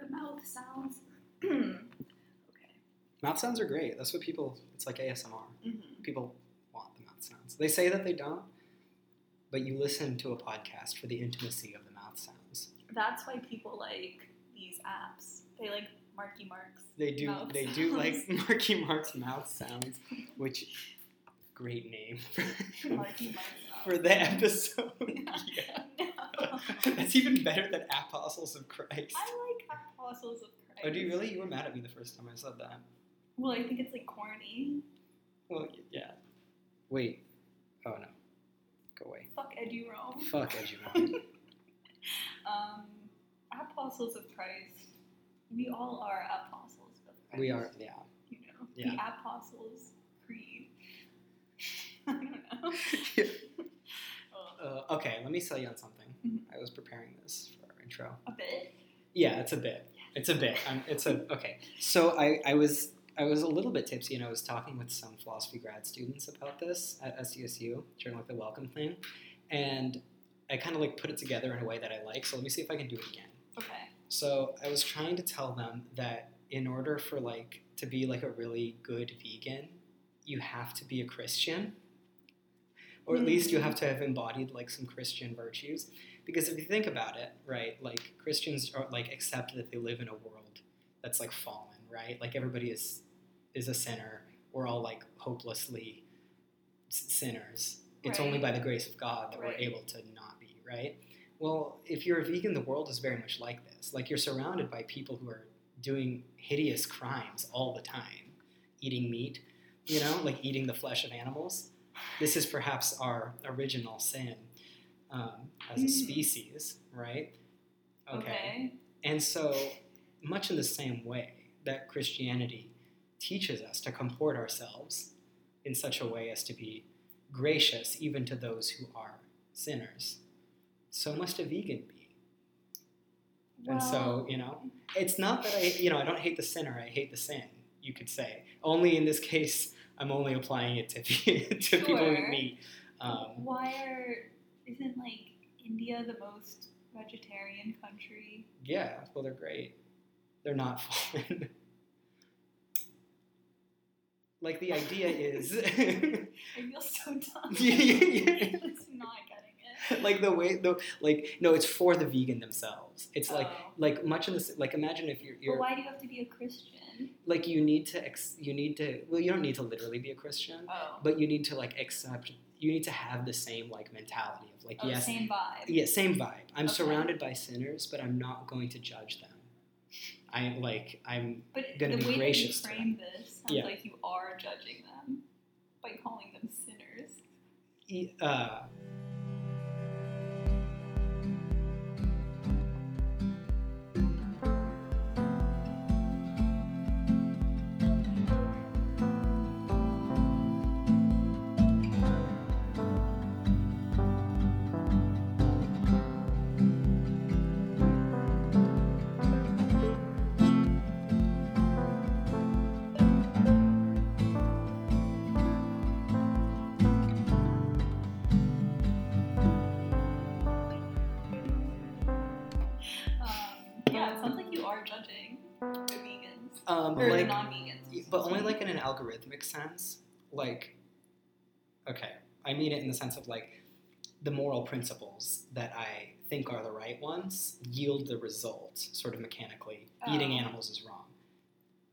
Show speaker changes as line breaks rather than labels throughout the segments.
sounds.
Mm-hmm.
okay.
Mouth sounds are great. That's what people. It's like ASMR.
hmm
People want the mouth sounds. They say that they don't, but you listen to a podcast for the intimacy of the mouth sounds.
That's why people like these apps. They like Marky Marks.
They do.
Mouth
they do like
sounds.
Marky Mark's mouth sounds, which great name
Marky Marks.
for the episode. yeah.
No.
That's even better than Apostles of Christ.
I like Apostles of Christ.
Oh, do you really? You were mad at me the first time I said that.
Well, I think it's like corny.
Well, y- yeah. Wait. Oh no. Go away.
Fuck Edu Rome.
Fuck as you want.
Um, Apostles of Christ. We all are apostles of Christ.
We are. Yeah.
You know, the
Yeah.
Apostles Creed. I don't know. Oh,
Uh, okay. Let me sell you on something.
Mhm.
I was preparing this for our intro.
a bit.
Yeah, it's a bit. It's a bit. i it's a okay. So I, I was I was a little bit tipsy, and I was talking with some philosophy grad students about this at SDSU during like the welcome thing, and I kind of like put it together in a way that I like. So let me see if I can do it again.
Okay.
So I was trying to tell them that in order for like to be like a really good vegan, you have to be a Christian. Or at least you have to have embodied like some Christian virtues. Because if you think about it, right, like Christians are like accept that they live in a world that's like fallen, right? Like everybody is is a sinner. We're all like hopelessly s- sinners. It's only
Right.
by the grace of God that
Right.
we're able to not be, right? Well, if you're a vegan, the world is very much like this. Like you're surrounded by people who are doing hideous crimes all the time, eating meat, you know, like eating the flesh of animals. This is perhaps our original sin um, as a
Mm.
species, right? And so, much in the same way that Christianity teaches us to comport ourselves in such a way as to be gracious even to those who are sinners, so must a vegan be. And so, you know, it's not that I, you know, I don't hate the sinner, I hate the sin, you could say. Only in this case, I'm only applying it to, to people who
Sure.
meet. Um,
why are isn't like India the most vegetarian country?
yeah, well, they're great. They're not fallen. like, the idea is.
I feel so dumb.
Yeah, yeah, yeah.
Just not getting it.
like the way the like no it's for the vegan themselves it's like
Oh.
like much in this like imagine if you're,
But
you're
why do you have to be a Christian?
like you need to ex, you need to well you don't need to literally be a christian
Oh,
but you need to like accept you need to have the same like mentality of like
oh
yes
same vibe.
yeah same vibe i'm
Okay.
surrounded by sinners but i'm not going to judge them i like i'm
But
gonna
the
be
way
gracious to
that you frame this sounds
Yeah.
like you are judging them by calling them sinners.
e- uh
Um, yeah, it sounds like you are judging the vegans
um
or the
like
non-vegans.
but only like in an algorithmic sense like okay i mean it in the sense of like the moral principles that i think are the right ones yield the result sort of mechanically eating
Oh.
animals is wrong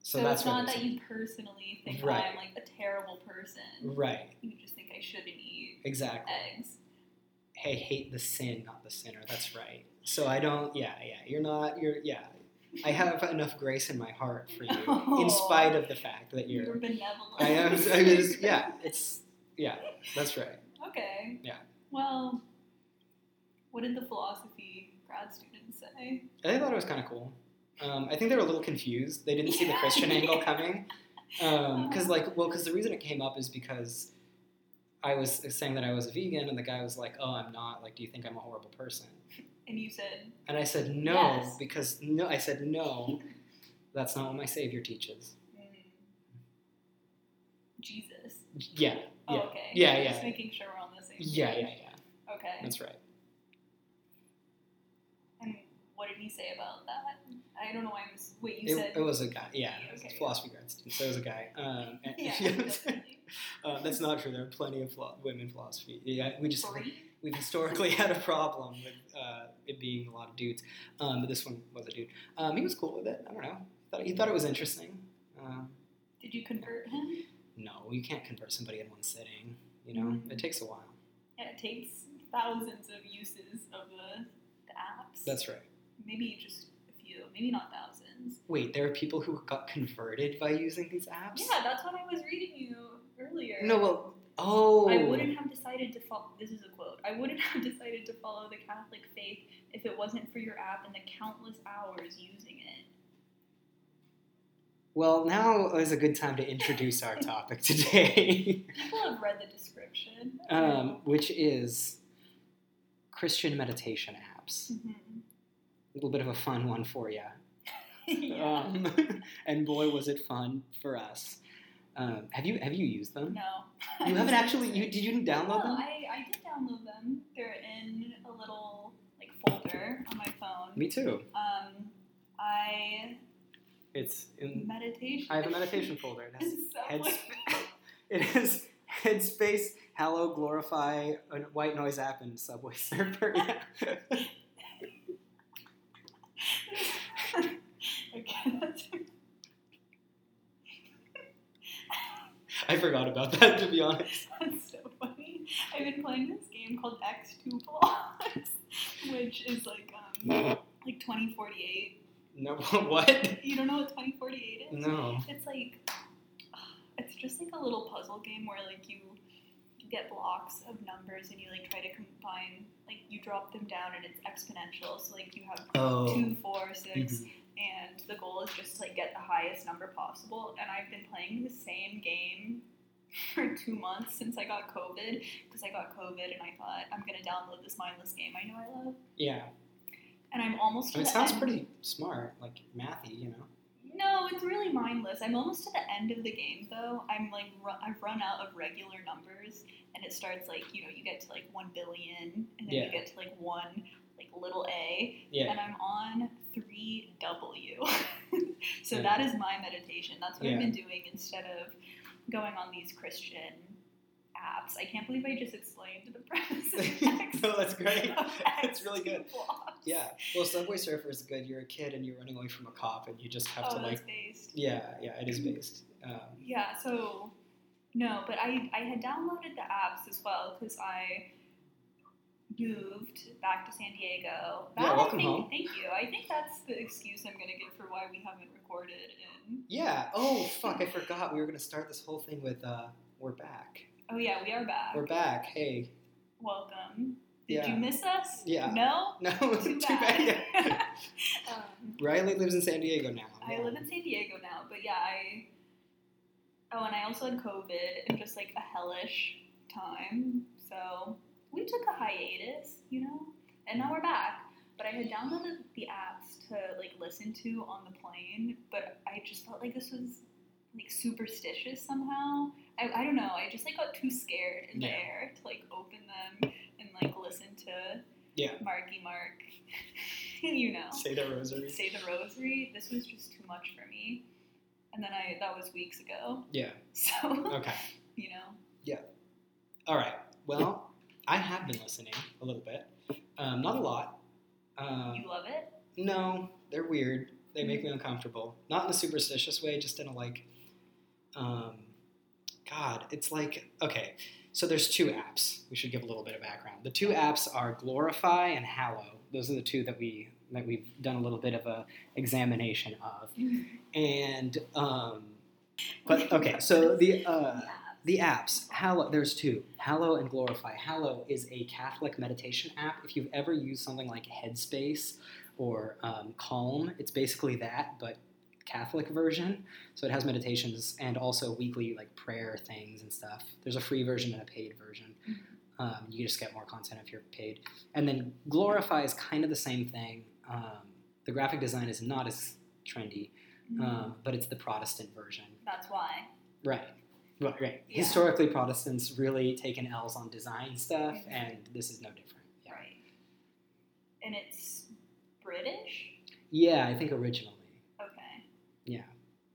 so,
So,
that's
it's
where
not
there's-
that you personally think oh,
Right.
I'm like a terrible person.
right
You just think I shouldn't eat
exactly
eggs.
hey hate the sin not the sinner that's right so i don't yeah yeah you're not you're yeah i have enough grace in my heart for you in spite of the fact that
You're,
you're
benevolent.
i am I just, yeah it's yeah that's right
Okay.
Yeah.
Well, what did the philosophy grad students say?
I thought it was kind of cool. Um, I think they were a little confused. They didn't see the Christian angle coming. Because, like, well, because the reason it came up is because I was saying that I was a vegan, and the guy was like, "Oh, I'm not. Like, do you think I'm a horrible person?"
And you said,
And I said, "No,"
Yes.
because no, I said no. That's not what my Savior teaches.
mm, Jesus.
Yeah,
Oh,
yeah,
okay.
Yeah, yeah.
Just making sure we're on the same page.
yeah, yeah, yeah.
Okay.
That's right.
And what did he say about that? I don't know why I'm ass- Wait, you
It,
said
it was a guy, yeah,
Okay,
it was a
yeah.
philosophy grad student. So it was a guy. Um, and-
yeah. definitely.
Uh, that's not true. There are plenty of philo- women philosophy. Yeah, we just
Three?
we've historically had a problem with uh, it being a lot of dudes, um, but this one was a dude. Um, he was cool with it. I don't know. Thought, he thought it was interesting. Um,
Did you convert him?
no, you can't convert somebody in one sitting. You know,
Mm-hmm.
it takes a while.
Yeah, it takes thousands of uses of the, the apps.
That's right.
maybe just a few, maybe not thousands.
Wait, there are people who got converted by using these apps.
Yeah, that's what I was reading you earlier.
No, well, oh,
I wouldn't have decided to follow. This is a quote. I wouldn't have decided to follow the Catholic faith if it wasn't for your app and the countless hours using it.
Well, now is a good time to introduce our topic today.
People have read the description.
um, which is Christian meditation apps.
Mhm.
A little bit of a fun one for you.
Mm-hmm. yeah.
Um, and boy, was it fun for us. Um, have you have you used them?
no.
You haven't actually. You did you
No,
download them?
I, I did download them. They're in a little like folder on my phone.
Me too.
Um, I
It's in.
meditation.
Mm. I have a meditation folder. It has,
So-
heads, it has Headspace, Hallow, Glorify, a White Noise app, and Subway Surfer. Yeah.
okay, that's
I forgot about that to be honest.
That's so funny. I've been playing this game called X2 Blocks, which is like um,
No,
like 2048.
what?
You don't know what 2048 is?
No.
It's like it's just like a little puzzle game where like you get blocks of numbers and you like try to combine like you drop them down and it's exponential. So like you have
Oh.
two, four, six,
Mhm.
and the goal is just to like get the highest number possible. And I've been playing the same game for two months since I got COVID because I got COVID and I thought I'm gonna download this mindless game I know I love.
Yeah.
And I'm almost.
I
To
mean, it
the
sounds
end.
pretty smart, like mathy, you know.
No, it's really mindless. I'm almost to the end of the game though. I'm like ru- I've run out of regular numbers, and it starts like you know you get to like one billion, and then
Yeah.
you get to like one like little a,
Yeah.
and I'm on three w. so
Yeah.
that is my meditation. That's what
Yeah.
I've been doing instead of going on these Christian apps. I can't believe I just explained the premise. of X-
no, that's great.
of Oh,
That's really good.
Xbox.
Yeah. Well, Subway Surfer is good. You're a kid and you're running away from a cop, and you just have
Oh,
to like.
that's based.
Yeah, yeah, it is based. Um,
Yeah, so no, but I, I had downloaded the apps as well because I moved back to San Diego. That
Yeah,
I
welcome
think-
home.
Thank you. I think that's the excuse I'm going to give for why we haven't recorded in.
yeah. Oh fuck! I forgot we were gonna start this whole thing with uh, "We're back.
Oh, yeah, we are back.
We're back." Hey.
Welcome. Did
Yeah.
you miss us?
Yeah.
No?
No.
Too
yeah.
bad. um,
Riley lives in San Diego now.
I live in San Diego now, but yeah, I. Oh, and I also had COVID and just like a hellish time. So we took a hiatus, you know, and now we're back. But I had downloaded the apps to like listen to on the plane, but I just felt like this was like superstitious somehow. I, I don't know. I just like got too scared in the
Yeah.
air to like open them and like listen to
Yeah.
Marky Mark, you know
Say the rosary.
say the rosary. This was just too much for me. And then I that was weeks ago.
Yeah.
So
Okay.
you know.
All right. Well, I have been listening a little bit. Um, not a lot. Um,
You love it?
No, they're weird. They make me uncomfortable. Not in a superstitious way, just in a like, um, God, it's like, okay, so there's two apps. We should give a little bit of background. The two apps are Glorify and Hallow. Those are the two that we that we've done a little bit of a examination of. And um, but okay, so the uh,
Yeah.
the apps, Hallow, there's two, Hallow and Glorify. Hallow is a Catholic meditation app. If you've ever used something like Headspace or um, Calm, it's basically that, but Catholic version. So it has meditations and also weekly like prayer things and stuff. There's a free version and a paid version.
Mhm.
Um, you just get more content if you're paid. And then Glorify is kind of the same thing. Um, the graphic design is not as trendy, um, but it's the Protestant version.
That's why.
Right. Right, right.
Yeah.
Historically, Protestants really taken L's on design stuff,
Mhm.
and this is no different. Yeah,
Right. And it's British?
yeah I think originally.
Okay.
yeah,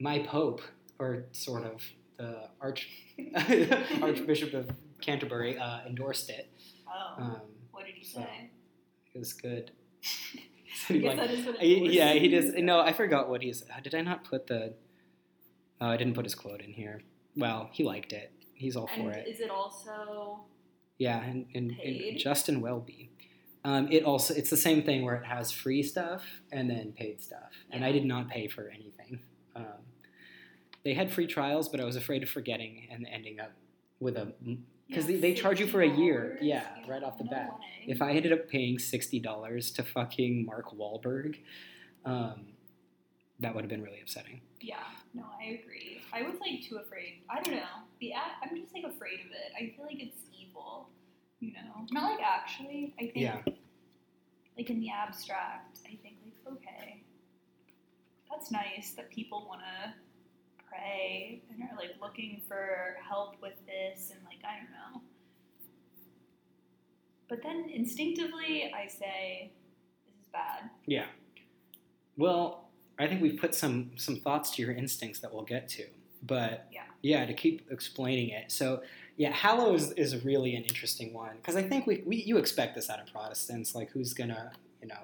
my pope, or sort of the arch Archbishop of Canterbury, uh, endorsed it.
Oh,
Um,
what did he
so-
say?
it was good.
I
So he,
guess
like-
that is what it
he- yeah, he
was.
does. No, I forgot what he's. uh, Did I not put the? Oh, I didn't put his quote in here. Well, he liked it. He's all
And
for it.
is it also?
Yeah, and, and, and
Paid?
Justin Welby. Um, it also it's the same thing where it has free stuff and then paid stuff, and I
Yeah.
did not pay for anything. Um, they had free trials, but I was afraid of forgetting and ending up with a. Because
you know,
they- they charge you for a year,
$60?
yeah, right off the
no
bat.
way.
If I ended up paying sixty dollars to fucking Mark Wahlberg, um, that would have been really upsetting.
Yeah, no, I agree. I was like too afraid. I don't know. The act, I'm just like afraid of it. I feel like it's evil, you know. Not like actually. I think
Yeah.
like in the abstract, I think like okay, that's nice that people want to pray and are like looking for help with this and like I don't know. But then instinctively, I say this is bad.
Yeah. Well, I think we've put some some thoughts to your instincts that we'll get to, but
Yeah.
to keep explaining it. So, yeah, hallow is, is really an interesting one because I think we, we you expect this out of Protestants, like who's gonna you know,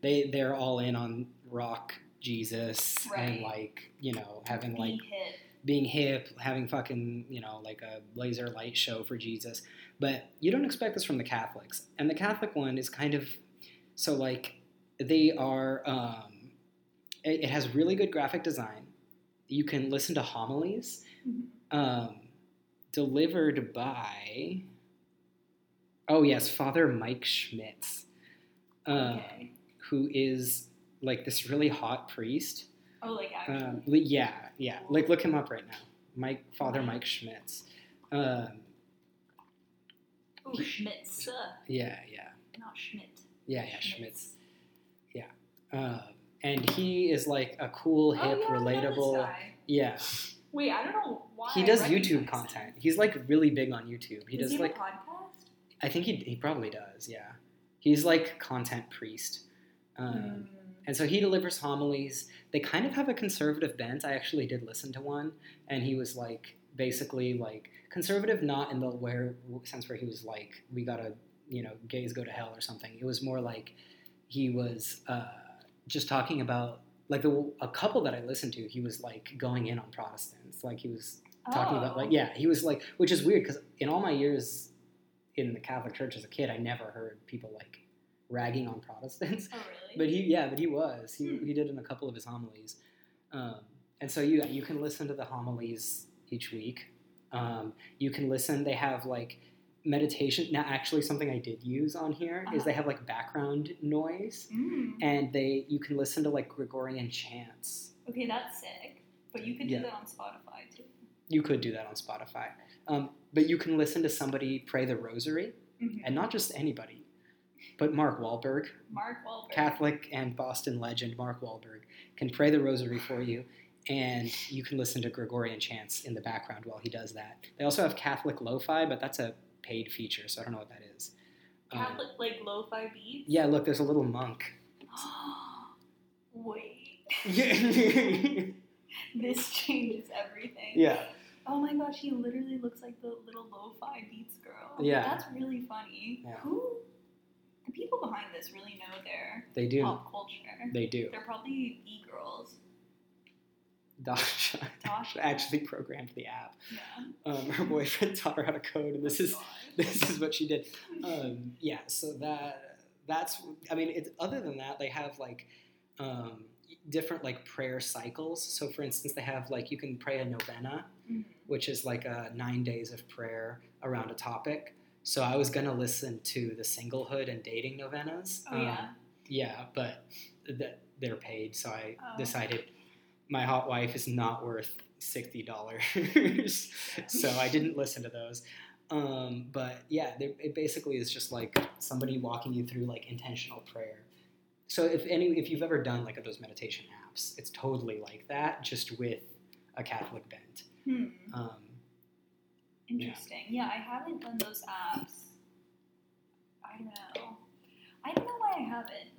they they're all in on rock Jesus
Right.
and like you know having like
Being hit.
being hip, having fucking, you know, like a laser light show for Jesus. But you don't expect this from the Catholics. And the Catholic one is kind of so like they are um it, it has really good graphic design. You can listen to homilies
Mhm.
um delivered by Oh yes, Father Mike Schmitz. Um
okay.
who is like this really hot priest
Oh, like actually.
um, li- yeah, yeah. Like, look him up right now. Mike, Father Mike Schmitz. Um,
Oh, Schmitz. uh,
yeah, yeah,
Not Schmidt.
yeah, yeah. Schmitz. Um, and he is like a cool, hip,
oh, yeah, I know this
relatable.
guy.
Yeah,
Wait, I don't know why.
he
I
does
recognize
YouTube
him.
content. He's like really big on YouTube. He
Does
does
he have
like
a podcast?
I think he he probably does. Yeah, he's like content priest. Um,
Mm,
And so he delivers homilies. They kind of have a conservative bent. I actually did listen to one, and he was like, basically like conservative, not in the where sense where he was like, we gotta, you know, gays go to hell or something. It was more like he was uh, just talking about like the a couple that I listened to. He was like going in on Protestants, like he was talking about
oh.
like yeah, he was like, which is weird because in all my years in the Catholic Church as a kid, I never heard people like ragging on Protestants.
Oh really?
But he, yeah, but he was. He,
Hmm.
he did in a couple of his homilies, um, and so you you can listen to the homilies each week. Um, you can listen. They have like meditation. Now, actually, something I did use on here is
Uh-huh.
they have like background noise,
Mm,
and they you can listen to like Gregorian chants.
Okay, that's sick. But you could do
Yeah.
that on Spotify too.
You could do that on Spotify, um, but you can listen to somebody pray the Rosary,
Mhm.
and not just anybody, but Mark Wahlberg.
Mm-hmm. Mark Wahlberg.
Catholic and Boston legend Mark Wahlberg can pray the rosary for you, and you can listen to Gregorian chants in the background while he does that. They also have Catholic lo-fi, but that's a paid feature, so I don't know what that is. Um,
Catholic like lo-fi beats.
yeah, look, there's a little monk.
Wait,
yeah.
this changes everything. Oh my gosh, he literally looks like the little lo-fi beats girl.
Yeah.
That's really funny.
Yeah.
Who? The people behind this really know their
They do.
pop culture.
They do.
They're probably e-girls.
Dasha
Tasha.
actually programmed the app.
Yeah. Oh
Um, her boyfriend taught her how to code, and this is
God.
this is what she did. Um, yeah, so that that's I mean, it's, other than that, they have like um, different like prayer cycles. So for instance, they have like you can pray a novena,
Mhm.
which is like a nine days of prayer around a topic. So I was gonna listen to the singlehood and dating novenas.
Oh yeah.
yeah, but th- they're paid, so I
Oh.
decided my hot wife is not worth sixty dollars, so I didn't listen to those. Um, but yeah, they- it basically is just like somebody walking you through like intentional prayer. So if any, if you've ever done like those meditation apps, it's totally like that, just with a Catholic bent.
Hmm.
Um,
Interesting. Yeah. I haven't done those apps. I don't know. I don't know why I haven't.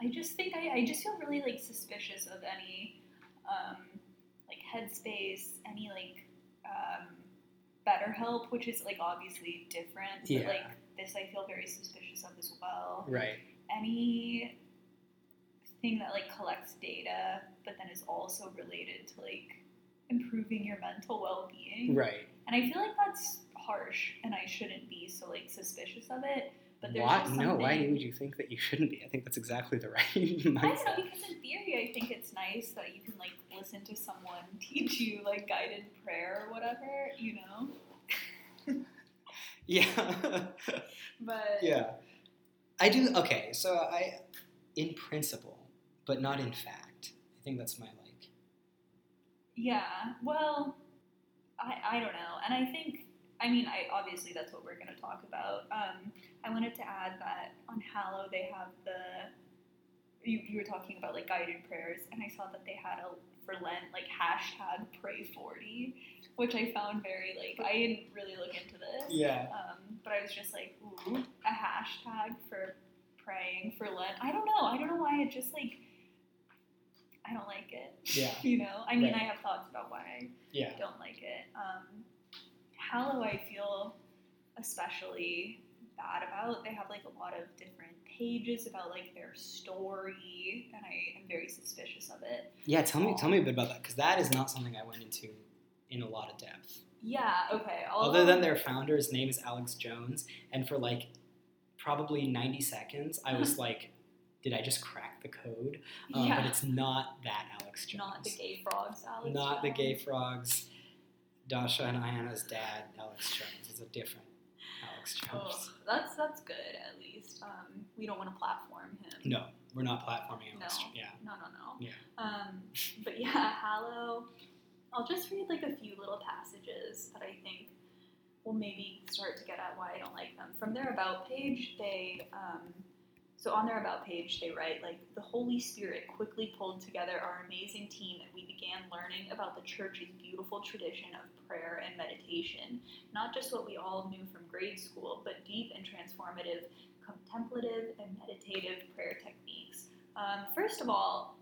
I just think I, I just feel really like suspicious of any um, like Headspace, any like um, BetterHelp, which is like obviously different, but
Yeah.
like this I feel very suspicious of as well.
Right.
Any thing that like collects data, but then is also related to like improving your mental well being.
Right.
And I feel like that's harsh, and I shouldn't be so like suspicious of it. But there's
Why?
just
No. Why
something-
would you think that you shouldn't be? I think that's exactly the right mindset.
I don't know because in theory I think it's nice that you can like listen to someone teach you like guided prayer or whatever, you know.
Yeah.
But
yeah. I do. Okay. So I, in principle, but not in fact. I think that's my like.
yeah, well, I I don't know, and I think I mean I obviously that's what we're gonna talk about. Um, I wanted to add that on Hallow they have the. You, you were talking about like guided prayers, and I saw that they had a for Lent like hashtag pray forty, which I found very like I didn't really look into this.
Yeah.
Um, but I was just like, ooh, a hashtag for praying for Lent. I don't know. I don't know why it just like I don't like it.
Yeah.
you know. I mean,
Right.
I have thoughts about why
Yeah.
I don't like it. Um, Hallow, I feel especially bad about. They have like a lot of different pages about like their story, and I am very suspicious of it.
Yeah. Tell me. Tell me a bit about that because that is not something I went into in a lot of depth.
Yeah. Okay. I'll-
Other than their founder's name is Alex Jones, and for like probably 90 seconds, I was like, did I just crack the code? Um,
yeah,
But it's not that Alex Jones.
not the gay frogs, Alex.
Not the gay
Jones.
frogs. Dasha and Ayana's dad, Alex Jones, is a different Alex Jones.
Oh, that's that's good at least. Um, we don't want to platform him.
No, we're not platforming Alex.
No.
Jones. Yeah.
No, no, no.
Yeah.
Um, but yeah, Hallow. I'll just read like a few little passages that I think will maybe start to get at why I don't like them. From their about page, they um, so on their about page they write like the Holy Spirit quickly pulled together our amazing team and we began learning about the church's beautiful tradition of prayer and meditation. Not just what we all knew from grade school, but deep and transformative contemplative and meditative prayer techniques. Um, first of all,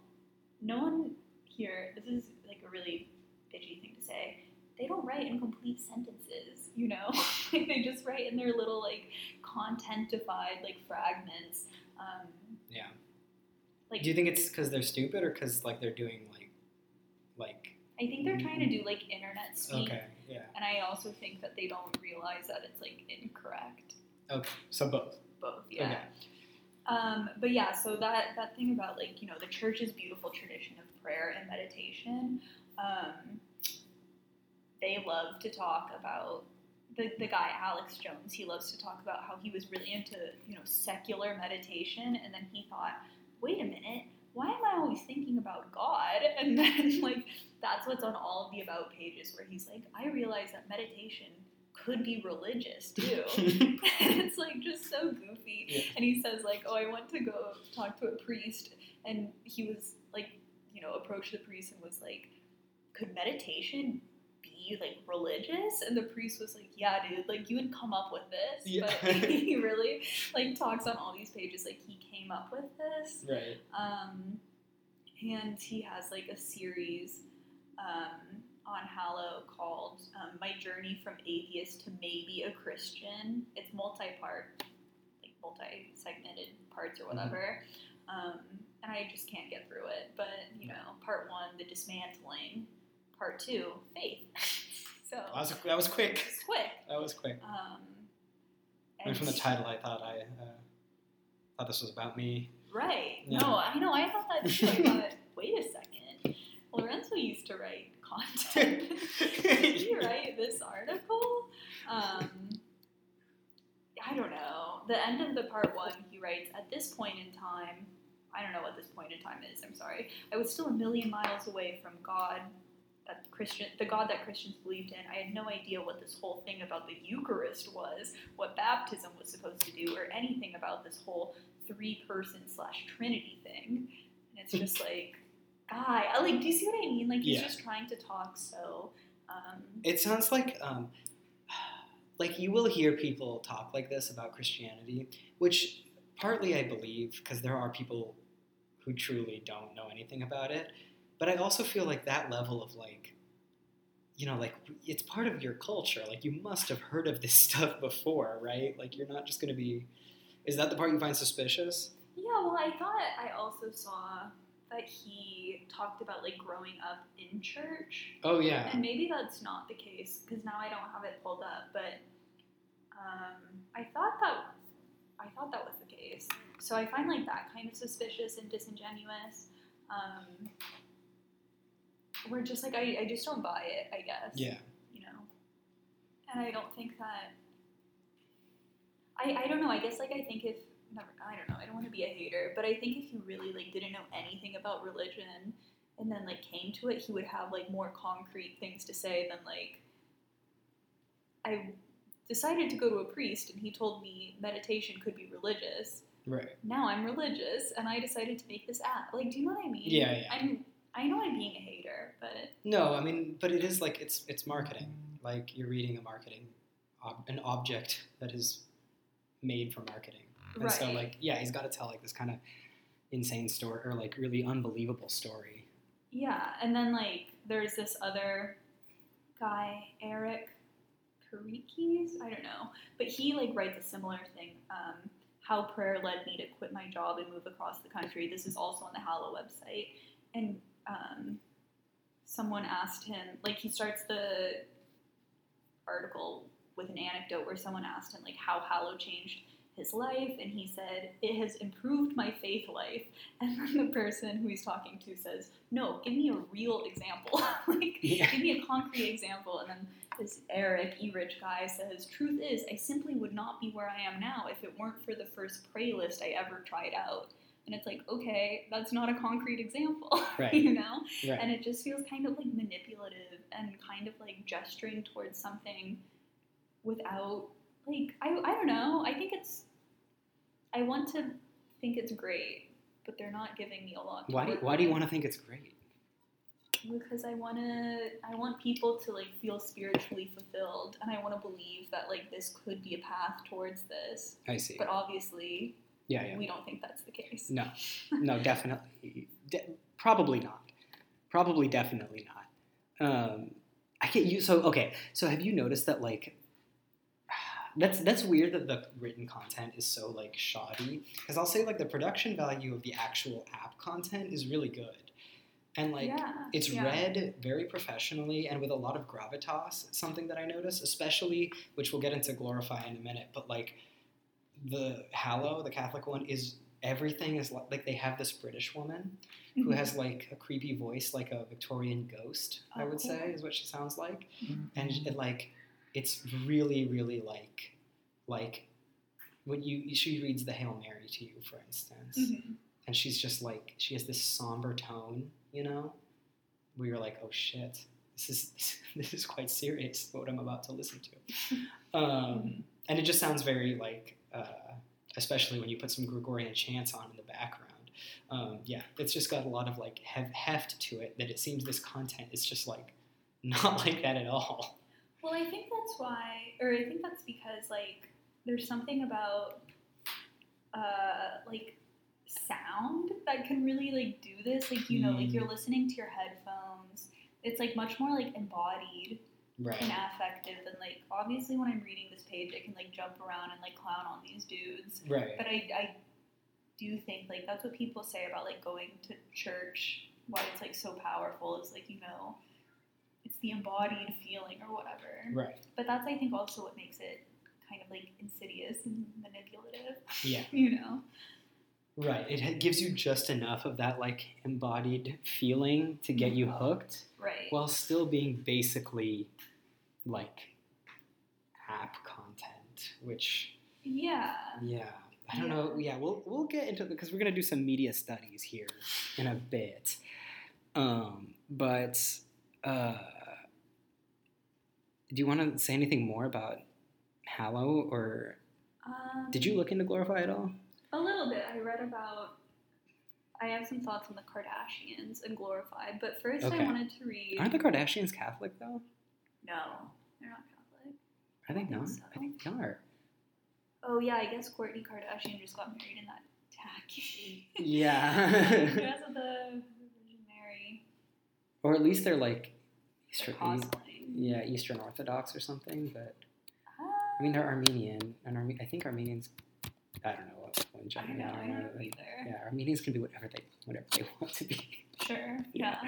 no one here, this is like a really bitchy thing to say, they don't write in complete sentences, you know? like they just write in their little like contentified like fragments. Um,
Yeah.
Like-
Do you think it's because they're stupid or because like they're doing like, like?
I think they're trying to do like internet speak.
Okay. Yeah.
And I also think that they don't realize that it's like incorrect.
Okay. So both.
Both, yeah.
Okay.
Um, but yeah, so that that thing about like you know the church's beautiful tradition of prayer and meditation, um, they love to talk about the the guy Alex Jones. He loves to talk about how he was really into you know secular meditation, and then he thought, wait a minute, why am I always thinking about God? And then like that's what's on all of the about pages where he's like, I realize that meditation could be religious too. it's like just so goofy.
Yeah.
And he says like, "Oh, I went to go talk to a priest," and he was like, you know, approached the priest and was like, "Could meditation be like religious?" And the priest was like, "Yeah, dude. Like, you would come up with this."
Yeah.
But he really like talks on all these pages like he came up with this.
right.
Um, and he has like a series um, on Hallow called um, My Journey from Atheist to Maybe a Christian. It's multi part, like multi segmented parts
Mm-hmm.
or whatever. Um, and I just can't get through it. But, you know, part one, the dismantling, part two, faith. so
That was, that was quick.
it's quick.
That was quick.
Um,
I mean,
and
from the
he-
title, I thought I uh, thought this was about me.
Right.
Yeah.
No, I know. I thought that too. I thought, wait a second. Lorenzo used to write content. Did he write this article? Um, I don't know. The end of the part one, he writes, at this point in time, I don't know what this point in time is. I'm sorry. I was still a million miles away from God. That Christian, the God that Christians believed in, I had no idea what this whole thing about the Eucharist was, what baptism was supposed to do, or anything about this whole three-person slash Trinity thing. And it's just like, guy, I like. Do you see what I mean? Like he's
Yeah. Eh.
just trying to talk so. Um,
It sounds like um, like you will hear people talk like this about Christianity, which partly I believe because there are people who truly don't know anything about it. But I also feel like that level of like, you know, like it's part of your culture. Like you must have heard of this stuff before, right? Like you're not just going to be. Is that the part you find suspicious?
Yeah, well, I thought I also saw that he talked about like growing up in church.
Oh yeah.
And maybe that's not the case because now I don't have it pulled up, but um, I thought that I thought that was the case. So I find like that kind of suspicious and disingenuous. Um, we're just like I, I just don't buy it. I guess.
Yeah.
You know, and I don't think that. I I don't know. I guess like I think if never, I don't know. I don't want to be a hater, but I think if you really like didn't know anything about religion and then like came to it, he would have like more concrete things to say than like I decided to go to a priest and he told me meditation could be religious.
Right.
Now I'm religious and I decided to make this app. Like, do you know what I mean?
Yeah, yeah.
I'm I know I'm being a hater, but
No, I mean, but it is like it's it's marketing. Like you're reading a marketing, ob- an object that is made for marketing. And
right.
so like yeah, he's got to tell like this kind of insane story or like really unbelievable story.
Yeah, and then like there's this other guy, Eric Karikis, I don't know, but he like writes a similar thing. Um, how prayer led me to quit my job and move across the country. This is also on the Hallow website, and um, someone asked him like he starts the article with an anecdote where someone asked him like how Hallow changed his life and he said it has improved my faith life and then the person who he's talking to says no give me a real example like
Yeah.
give me a concrete example and then this eric e-rich guy says truth is i simply would not be where i am now if it weren't for the first pray list i ever tried out and it's like okay that's not a concrete example
Right.
you know
Right.
and it just feels kind of like manipulative and kind of like gesturing towards something without like I, I don't know i think it's i want to think it's great but they're not giving me a lot to
why do you,
work
why do you
with.
want to think it's great?
because i want to i want people to like feel spiritually fulfilled and i want to believe that like this could be a path towards this
I see.
but obviously
Yeah, yeah.
we don't think that's the case
No, no, definitely, de- probably not. Probably, definitely not. Um, I get you. So, okay. So, have you noticed that like that's that's weird that the written content is so like shoddy? Because I'll say like the production value of the actual app content is really good, and like
yeah,
it's
yeah.
read very professionally and with a lot of gravitas, something that I notice, especially, which we'll get into Glorify in a minute, but like the Hallow, the Catholic one, is everything is li- like they have this British woman
Mm-hmm.
who has like a creepy voice, like a Victorian ghost, I
Oh.
would
Mm-hmm.
say, is what she sounds like. And it, like, it's really, really like, like, when you she reads the Hail Mary to you, for instance
Mhm.
and she's just like she has this somber tone, you know, where you're like, oh shit, this is this is quite serious what I'm about to listen to, um, and it just sounds very like, uh, especially when you put some Gregorian chants on in the background. Um, yeah, it's just got a lot of like hef- heft to it that it seems this content is just like not like that at all.
Well, I think that's why, or I think that's because like there's something about uh, like sound that can really like do this. Like you know, like
Mm.
you're listening to your headphones. It's like much more like embodied and
Right.
affective than like obviously when I'm reading this page, I can like jump around and like clown on these dudes.
Right.
But I, I do think like that's what people say about like going to church. Why it's like so powerful is like you know, it's the embodied feeling or whatever.
Right.
But that's, I think, also what makes it kind of like insidious and manipulative,
Yeah.
you know?
Right. It ha- gives you just enough of that like embodied feeling to get you hooked.
Right.
while still being basically like app content which
yeah.
yeah i don't know yeah we'll we'll get into because we're going to do some media studies here in a bit um but uh do you want to say anything more about Hallow or
Um,
did you look into Glorify at all?
A little bit. I read about. I have some thoughts on the Kardashians and Glorified, but first
Okay.
I wanted to read.
Aren't the Kardashians Catholic though?
No, they're not Catholic.
Are they not?
so.
I think they are.
Oh, yeah, I guess Courtney Kardashian just got married in that tacky.
Yeah.
Because of the Virgin Mary.
or at least they're like
They're
Eastern,
cosplaying.
yeah, Eastern Orthodox or something. But
Ah,
I mean, they're Armenian, and Arme- I think Armenians. I don't know what one
Ah, I
gender.
know,
they
I
are,
don't
but-
either.
Yeah, Armenians can be whatever they whatever they want to be.
Sure, yeah.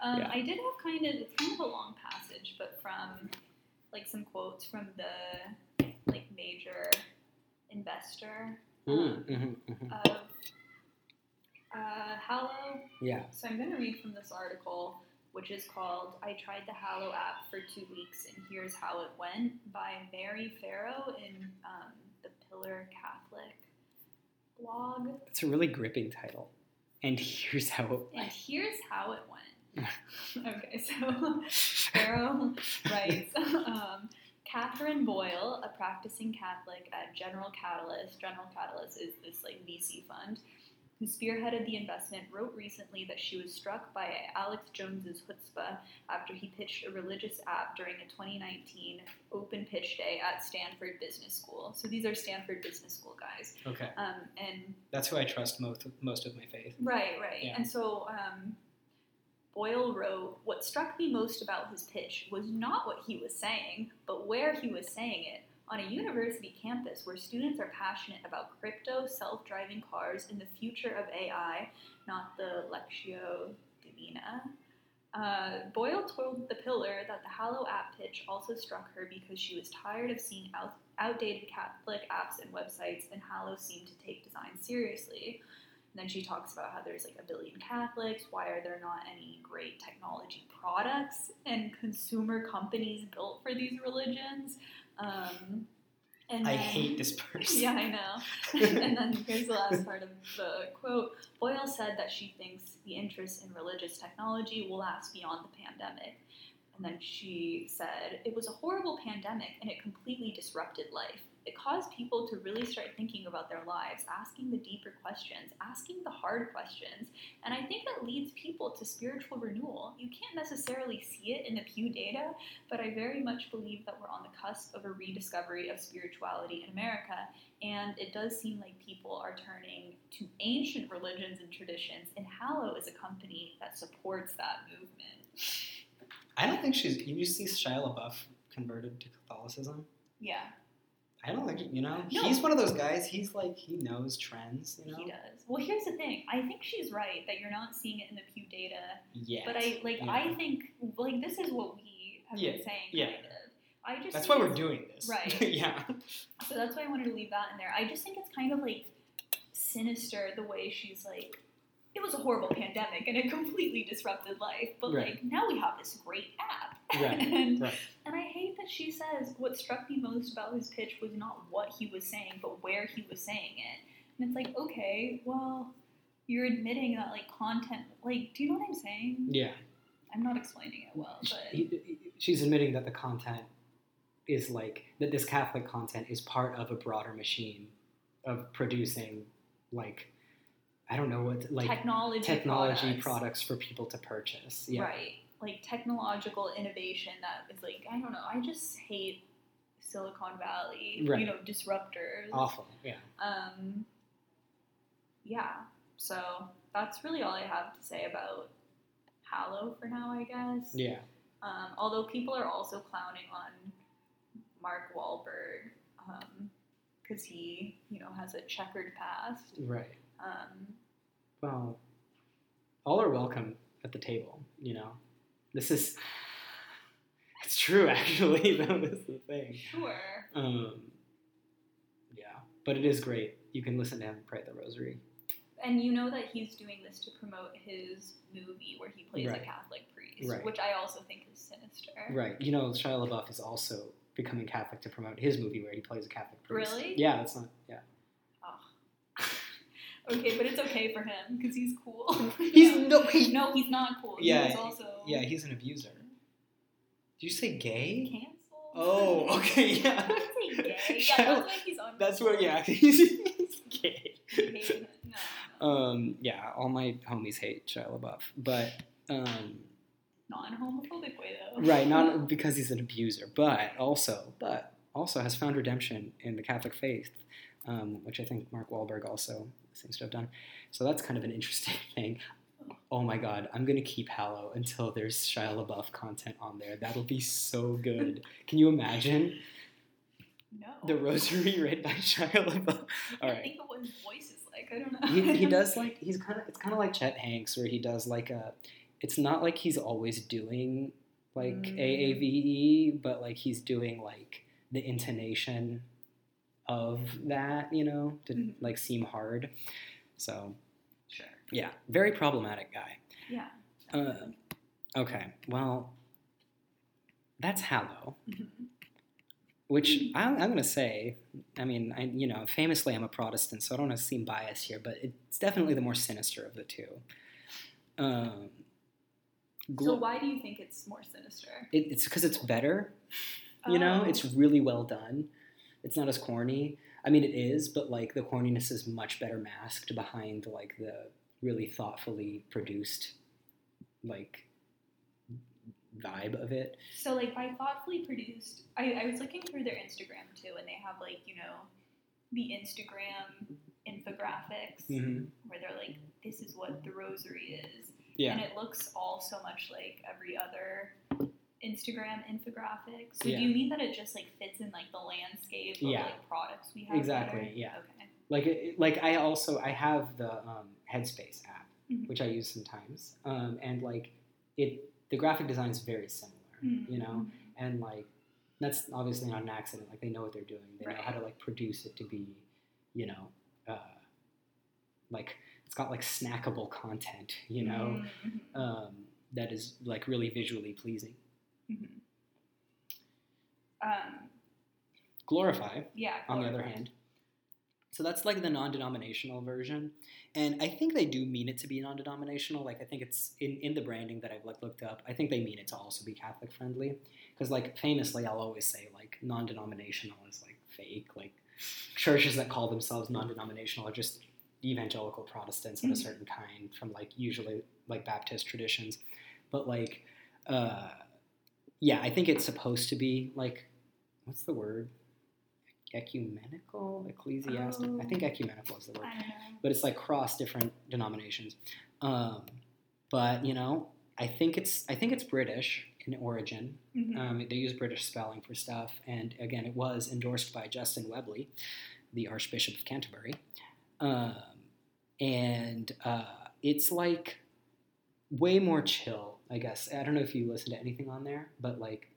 Um,
Yeah.
I did have kind of it's kind of a long passage, but from like some quotes from the like major investor um,
Mm,
mm-hmm,
mhm, mhm.
of uh, Hallow.
Yeah.
So I'm going to read from this article, which is called "I Tried the Hallow App for Two Weeks and Here's How It Went" by Mary Farrow in um, the Pillar Catholic blog.
It's a really gripping title. And here's how it
And here's how it went. okay, so Farrell writes um, Catherine Boyle, a practicing Catholic at General Catalyst. General Catalyst is this like VC fund. Who spearheaded the investment wrote recently that she was struck by Alex Jones's chutzpah after he pitched a religious app during a 2019 open pitch day at Stanford Business School. So these are Stanford Business School guys.
Okay.
Um, and
That's who I trust most most of my faith.
Right, right.
Yeah.
And so um, Boyle wrote, What struck me most about his pitch was not what he was saying, but where he was saying it. On a university campus where students are passionate about crypto, self driving cars, and the future of AI, not the Lectio Divina. Uh, Boyle told The Pillar that the Hallow app pitch also struck her because she was tired of seeing out- outdated Catholic apps and websites, and Hallow seemed to take design seriously. And then she talks about how there's like a billion Catholics. Why are there not any great technology products and consumer companies built for these religions? Um, and
I
then-
hate this person.
yeah, I know. and then here's the last part of the quote. Boyle said that she thinks the interest in religious technology will last beyond the pandemic. And then she said, It was a horrible pandemic and it completely disrupted life. It caused people to really start thinking about their lives, asking the deeper questions, asking the hard questions. And I think that leads people to spiritual renewal. You can't necessarily see it in the Pew data, but I very much believe that we're on the cusp of a rediscovery of spirituality in America. And it does seem like people are turning to ancient religions and traditions, and Hallow is a company that supports that movement.
I don't think she's. You see Shia LaBeouf converted to Catholicism.
Yeah,
I don't think you know.
No.
He's one of those guys. He's like he knows trends. You know.
he does. Well, here's the thing I think she's right that you're not seeing it in the Pew data,
Yes.
but I like,
Yeah.
I think, like, this is what we have
Yeah,
been saying,
yeah.
kind of. I just
That's
think
why we're
it's-
doing this.
Right.
yeah.
So that's why I wanted to leave that in there. I just think it's kind of like sinister the way she's like, it was a horrible pandemic and it completely disrupted life, but
Right.
like now we have this great app.
Right.
and,
right.
and I hate that she says what struck me most about his pitch was not what he was saying, but where he was saying it. And it's like, okay, well, you're admitting that like content, like, do you know what I'm saying?
Yeah.
I'm not explaining it well, but
He- he- she's admitting that the content is like that. This Catholic content is part of a broader machine of producing, like, I don't know what like
technology,
technology
products.
products for people to purchase. Yeah.
right like technological innovation that is like i don't know i just hate silicon valley
Right.
you know disruptors
Awful. Yeah.
um yeah so that's really all i have to say about hallow for now i guess
Yeah.
um, although people are also clowning on mark Wahlberg because he you know has a checkered past
Right.
um,
Well, all are welcome at the table. You know, this is. It's true, actually. That was the thing.
sure
Um, yeah, but it is great. You can listen to him pray the rosary.
And you know that he's doing this to promote his movie where he plays
Right.
a Catholic priest,
Right.
which I also think is sinister.
Right. You know, Shia LaBeouf is also becoming Catholic to promote his movie where he plays a Catholic priest.
Really?
Yeah, that's not. Yeah.
Okay, but it's okay for him because he's cool.
He's
no,
no. He,
no, he's not cool.
Yeah,
he was also
Yeah, he's an abuser. Did you say gay?
canceled.
Oh, okay, yeah.
I would say gay.
Shut
Yeah, that's
up.
why he's on.
That's where. Yeah, he's gay.
No, no.
Um, yeah, all my homies hate Shia LaBeouf, but um,
non-homophobic way though.
right, not because he's an abuser, but also, but also has found redemption in the Catholic faith, um, which I think Mark Wahlberg also seems to have done. So that's kind of an interesting thing. Oh my god, I'm gonna keep Hallow until there's Shia LaBeouf content on there. That'll be so good. Can you imagine
No.
the rosary read by Shia LaBeouf? All
I
right.
think of what his voice is like. I don't know.
He, he does like he's kind of it's kind of like Chet Hanks where he does like a. It's not like he's always doing like
Mm.
AAVE, E, but like he's doing like the intonation of that, you know, to
Mhm.
like seem hard. So
Sure.
yeah, very problematic guy.
Yeah.
Uh, okay, well, that's Hallow,
Mhm.
which I'm, I'm going to say, I mean, I, you know, famously I'm a Protestant, so I don't want to seem biased here, but it's definitely the more sinister of the two. Um,
so
glo-
why do you think it's more sinister?
it, it's because it's better, you know?
Oh.
It's really well done. It's not as corny. I mean, it is, but like the corniness is much better masked behind like the really thoughtfully produced, like, vibe of it.
So like by thoughtfully produced, I, I was looking through their Instagram too, and they have like you know, the Instagram infographics
Mm-hmm.
where they're like, this is what the rosary is,
Yeah.
and it looks all so much like every other Instagram infographic. So
Yeah.
do you mean that it just like fits in like the landscape of
Yeah.
like products we have?
Exactly,
better?
yeah.
Okay.
like it- like I also I have the um, Headspace app,
Mhm.
which I use sometimes, um, and like it the graphic design is very similar, you know,
Mhm.
and like that's obviously not an accident. Like they know what they're doing. They know how
Right.
to like produce it to be, you know, uh, like it's got like snackable content, you know,
Mhm.
um, that is like really visually pleasing.
Mhm. Um,
Glorify,
yeah.
on
color.
the other hand. So that's like the non-denominational version, and I think they do mean it to be non-denominational. Like I think it's in, in the branding that I've like looked up. I think they mean it to also be Catholic friendly, because like famously, I'll always say like non-denominational is like fake. Like churches that call themselves non-denominational are just evangelical Protestants of a
Mhm.
certain kind from like usually like Baptist traditions, but like uh, yeah, I think it's supposed to be like what's the word? Ecumenical, ecclesiastic. I think
Oh.
ecumenical is the word,
I don't know.
but it's like cross different denominations. Um, but you know, I think it's I think it's British in origin.
Mhm.
Um, they use British spelling for stuff, and again, it was endorsed by Justin Webley, the Archbishop of Canterbury, um, and uh, it's like way more chill. I guess I don't know if you listen to anything on there, but like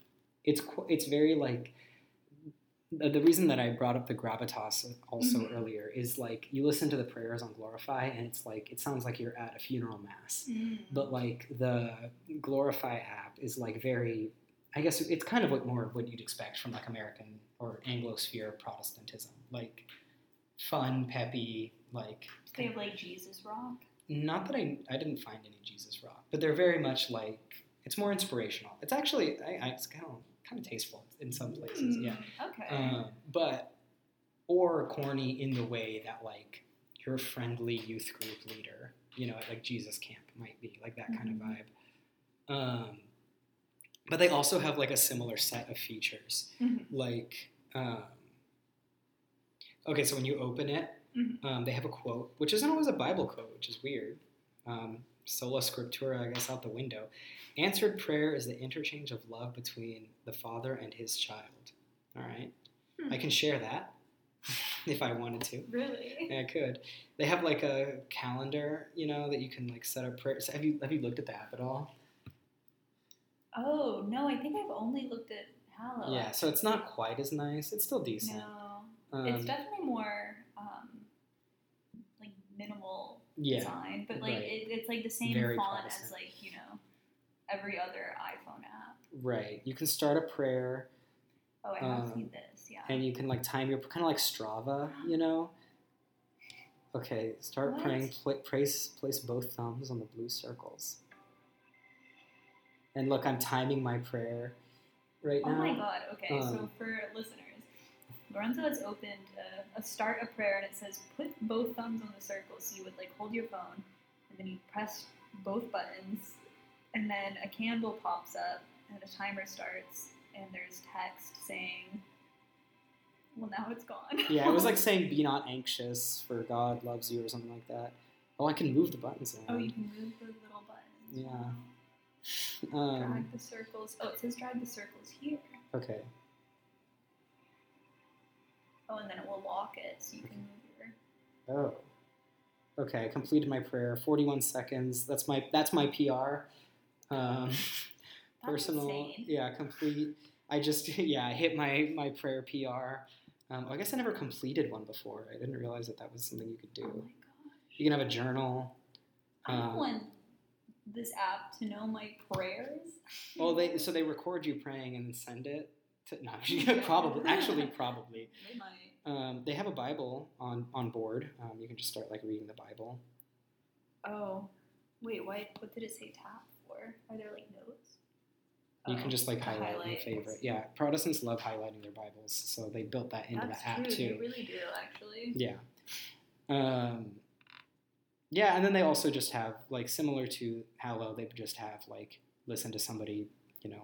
it's qu- it's very like the, the reason that I brought up the gravitas also
Mhm.
earlier is like you listen to the prayers on Glorify, and it's like it sounds like you're at a funeral mass
Mm.
but like the glorify app is like very i guess it's kind of like more of what you'd expect from like american or anglosphere protestantism like fun peppy like
they have like Jesus rock.
not that i i didn't find any jesus rock but they're very much like it's more inspirational it's actually I, I, it's kind of kind of tasteful in some places yeah
Mm, Okay.
um, but or corny in the way that like your friendly youth group leader, you know, at like Jesus Camp might be like that kind
Mhm.
of vibe. Um, but they also have like a similar set of features,
Mhm,
like. Um, Okay, so when you open it,
mhm.
um, they have a quote, which isn't always a Bible quote, which is weird. Um, sola scriptura, I guess, out the window. Answered prayer is the interchange of love between the Father and His child. All right,
Hmm.
I can share that if I wanted to.
Really?
Yeah, I could. They have like a calendar, you know, that you can like set up prayers. Have you have you looked at the app at all?
Oh no, I think I've only looked at Hallow.
Yeah, so it's not quite as nice. It's still decent.
Oh. No,
Um,
it's definitely more um, like minimal
yeah,
design, but like
right.
it, it's like the same
Very
font
Protestant.
as like you know every other iPhone app.
right. You can start a prayer.
Oh, I have
Um,
seen this. Yeah.
and you can like time your kind of like Strava, you know. Okay, start
Uh-huh. What?
praying. Pl- place place both thumbs on the blue circles. And look, I'm timing my prayer right
oh
now.
my God. Okay, so
um,
for listeners. Lorenzo has opened a, a start a prayer and it says put both thumbs on the circle so you would like hold your phone and then you press both buttons and then a candle pops up and a timer starts and there's text saying well now it's gone
Yeah, it was like saying, "Be not anxious, for God loves you," or something like that. Oh, I can move the buttons
Oh, you
around.
can move the little buttons.
Yeah.
Drag
Um,
the circles. Oh, it says drag the circles here.
okay.
Oh, and then it will lock it so you can move your.
Oh. Okay, I completed my prayer. 41 seconds. That's my that's my PR. Um,
That's
personal.
Insane.
Yeah, complete. I just yeah, I hit my my prayer PR. Um, I guess I never completed one before. I didn't realize that that was something you could
Oh my
do.
gosh.
You can have a journal.
I
Um,
don't want this app to know my prayers.
Well, they so they record you praying and then send it. To, no, yeah, probably actually probably.
They might.
Um, they have a Bible on on board. Um, you can just start like reading the Bible.
Oh, wait. What? What did it say tap for? Are there like notes?
You
Oh,
can just like highlight your
highlights.
favorite. Yeah, Protestants love highlighting their Bibles, so they built that into
That's
the app
true. They
too.
really do, actually.
Yeah. Um, yeah, and then they also just have like similar to Hallow, they just have like listen to somebody, you know,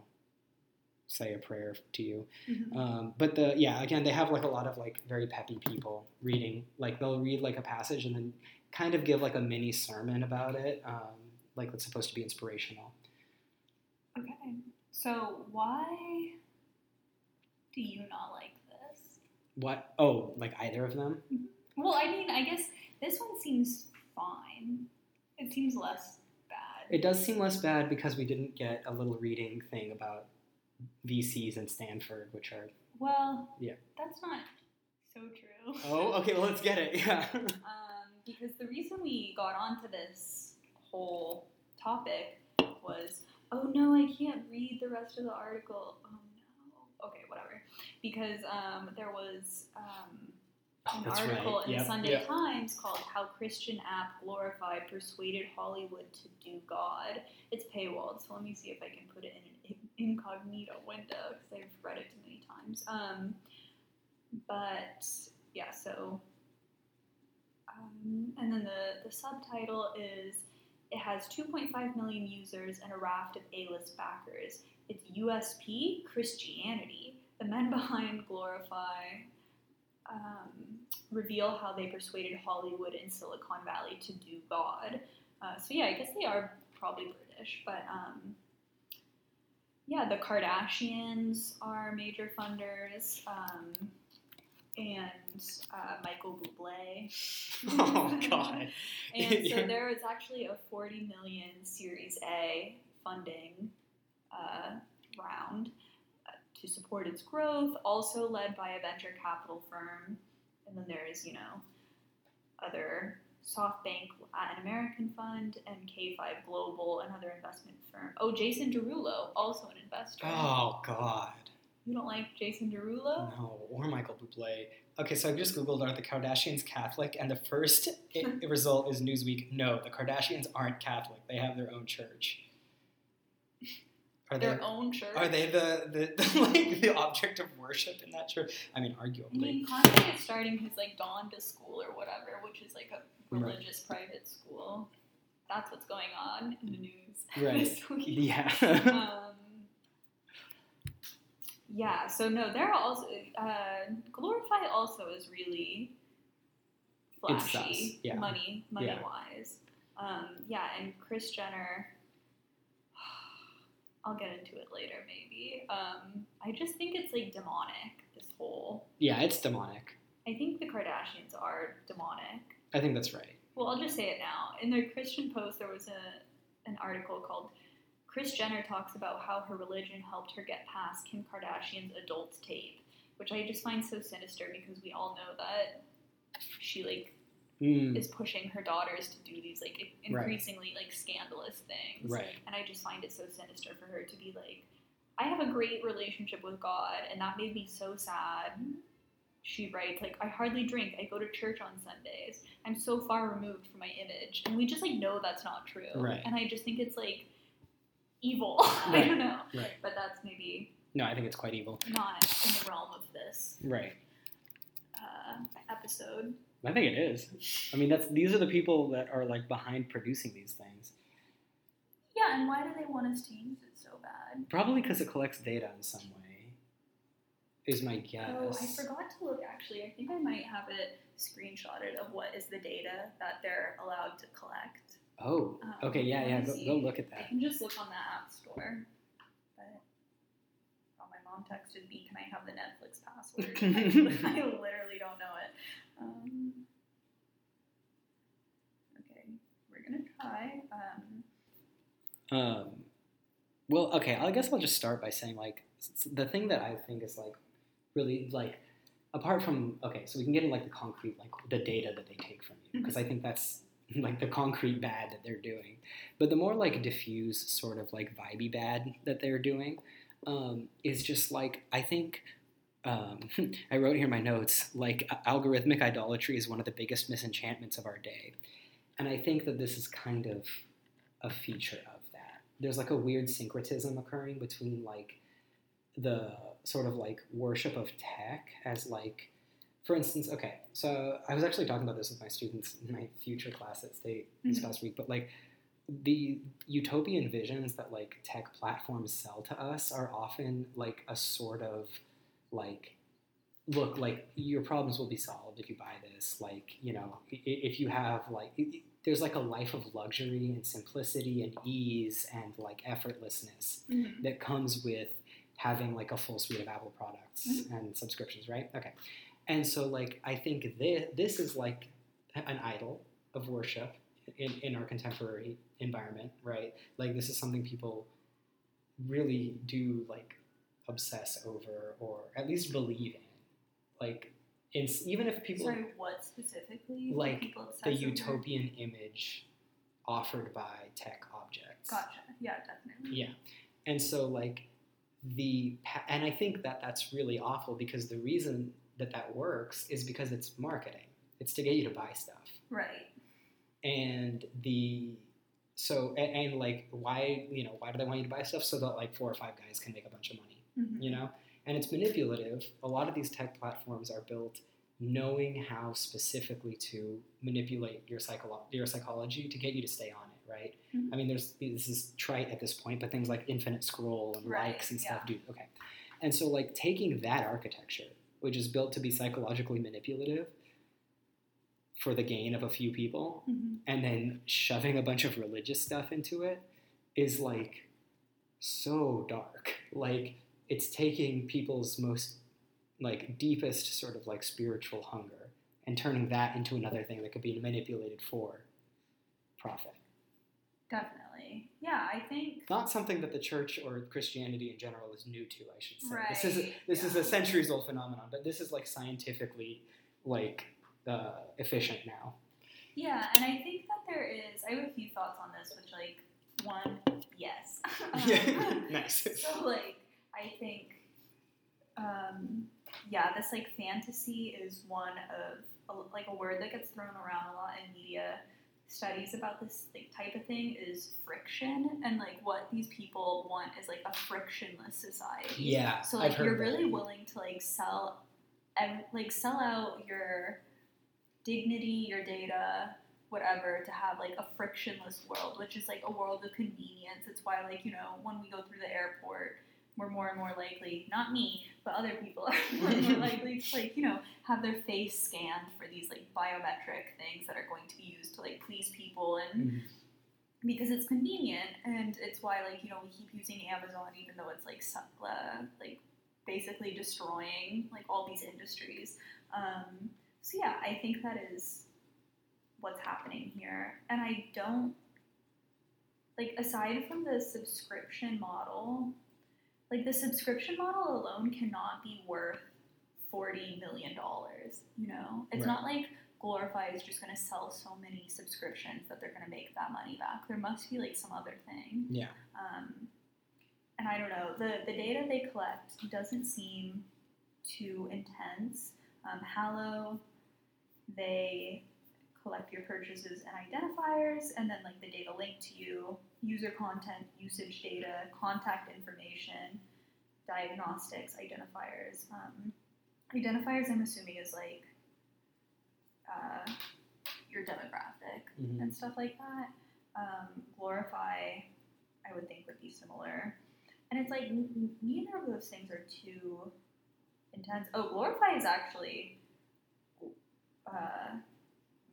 say a prayer to you.
Mhm.
Um, but the yeah, again, they have like a lot of like very peppy people reading. Like they'll read like a passage and then kind of give like a mini sermon about it. Um, like it's supposed to be inspirational.
Okay. So why do you not like this?
What? Oh, like either of them?
Well, I mean, I guess this one seems fine. It seems less bad.
It does seem less bad because we didn't get a little reading thing about VCs and Stanford, which are
Well,
Yeah.
that's not so true.
oh, okay, well let's get it. Yeah.
Um, because the reason we got onto this whole topic was, oh no, I can't read the rest of the article. Oh no. Okay, whatever. Because um, there was um, an
That's right.
article in the
Yep.
Sunday
Yep.
Times called "How Christian App Glorified Persuaded Hollywood to Do God." It's paywalled, so let me see if I can put it in an in- incognito window because I've read it too many times. Um, but yeah, so um, and then the the subtitle is. It has 2.5 million users and a raft of A-list backers. It's USP Christianity. The men behind Glorify um, reveal how they persuaded Hollywood and Silicon Valley to do God. Uh, so yeah, I guess they are probably British, but um, yeah, the Kardashians are major funders, um, and uh, Michael Bublé.
oh God.
And so
Yeah.
there was actually a 40 million Series A funding uh, round uh, to support its growth, also led by a venture capital firm. And then there is, you know, other SoftBank Latin American Fund and K5 Global, another investment firm. Oh, Jason Derulo, also an investor.
Oh God.
You don't like Jason Derulo?
No, or Michael Bublé. Okay, so I just googled are the Kardashians Catholic, and the first i- result is Newsweek. No, the Kardashians aren't Catholic. They have their own church. Are they?
Their own church.
Are they the, the, the like the object of worship in that church? I mean,
I
arguably.
mean, Kanye is starting his like Dawn to school or whatever, which is like a
Right.
religious private school. That's what's going on in the news
Right.
this week.
Yeah.
Um, yeah. So no, they're also uh, glorify also is really
It's
flashy,
sus, yeah.
money money
Yeah.
wise. Um, yeah, and Chris Jenner. I'll get into it later, maybe. Um, I just think it's like demonic. This whole
yeah, it's demonic.
I think the Kardashians are demonic.
I think that's right.
Well, I'll just say it now. In the Christian Post, there was a an article called "Chris Jenner talks about how her religion helped her get past Kim Kardashian's adult tape," which I just find so sinister because we all know that she like
Mm,
is pushing her daughters to do these like increasingly like scandalous things
right.
and I just find it so sinister for her to be like, I have a great relationship with God, and that made me so sad. She writes, like, I hardly drink. I go to church on Sundays. I'm so far removed from my image. And we just, like, know that's not true.
Right.
And I just think it's, like, evil. I
Right.
don't know.
Right.
But that's maybe
No, I think it's quite evil.
not in the realm of this
Right.
uh, episode.
I think it is. I mean, that's these are the people that are like behind producing these things.
Yeah, and why do they want us to use it so bad?
Probably because it collects data in some way. is my guess.
Oh, I forgot to look actually. I think I might have it screenshotted of what is the data that they're allowed to collect.
Oh,
Um,
okay, yeah,
let
yeah.
me
Go,
see.
go look at
I
that.
can just look on the app store. But oh, my mom texted me, "Can I have the Netflix password?" I, I literally don't know it. Um, okay, we're gonna try. Um,
Um, well, okay. I guess I'll just start by saying like s- s- the thing that I think is like really like apart from okay, so we can get in like the concrete like the data that they take from you because I think that's like the concrete bad that they're doing, but the more like diffuse sort of like vibey bad that they're doing um, is just like I think. Um, I wrote here in my notes like a- algorithmic idolatry is one of the biggest misenchantments of our day, and I think that this is kind of a feature of that. There's like a weird syncretism occurring between like the sort of like worship of tech as like, for instance, okay, so I was actually talking about this with my students in my future class at State this
Mhm.
past week, but like the utopian visions that like tech platforms sell to us are often like a sort of like look like your problems will be solved if you buy this like you know i- i- if you have like i- i- there's like a life of luxury and simplicity and ease and like effortlessness that comes with having like a full suite of apple products
Mm-hmm.
and subscriptions right okay and so like i think this, this is like an idol of worship in, in our contemporary environment right like this is something people really do like obsess over or at least believe in like it's even if people
sorry, what specifically? do
Like,
people
the
obsess over?
utopian image offered by tech objects
Gotcha. Yeah, definitely.
yeah. And so, like, the, pa- and I think that that's really awful because the reason that that works is because it's marketing, it's to get you to buy stuff
Right.
and the so and, and like why you know why do they want you to buy stuff so that like four or five guys can make a bunch of money
Mhm.
you know and it's manipulative a lot of these tech platforms are built knowing how specifically to manipulate your psycholo- your psychology to get you to stay on it right
Mhm.
i mean there's this is trite at this point but things like infinite scroll and
Right,
likes and stuff do okay and so like taking that architecture which is built to be psychologically manipulative for the gain of a few people
Mhm.
and then shoving a bunch of religious stuff into it is like so dark. Like it's taking people's most like deepest sort of like spiritual hunger and turning that into another thing that could be manipulated for profit.
Definitely. Yeah, I think.
Not something that the church or Christianity in general is new to, I should say. This is
Right,
this is a
yeah.
centuries old phenomenon, but this is like scientifically like uh, efficient now.
Yeah, and I think that there is. I have a few thoughts on this, which like one, yes. Um,
nice.
so like, I think, um, yeah, this like fantasy is one of a, like a word that gets thrown around a lot in media studies about this like, type of thing is friction, and like what these people want is like a frictionless society.
Yeah,
So
I've
like
heard
you're
that.
really willing to like sell, ev- like sell out your dignity, your data, whatever, to have like a frictionless world, which is like a world of convenience. It's why like you know when we go through the airport, we're more and more likely, not me, but other people are more and more likely to like you know have their face scanned for these like biometric things that are going to be used to like please people and
Mhm.
because it's convenient and it's why like you know we keep using amazon even though it's like su- uh, like basically destroying like all these industries um, so yeah i think that is what's happening here and i don't like aside from the subscription model like the subscription model alone cannot be worth 40 million dollars you know it's
Right.
not like Glorify is just going to sell so many subscriptions that they're going to make that money back. There must be like some other thing.
Yeah.
Um, and I don't know. The, the data they collect doesn't seem too intense. Um, Hallow, they collect your purchases and identifiers, and then like the data linked to you, user content, usage data, contact information, diagnostics, identifiers. Um, identifiers, I'm assuming, is like uh, your demographic
Mhm.
and stuff like that. Um, glorify, I would think, would be similar. And it's like n- n- neither of those things are too intense. Oh, glorify is actually uh,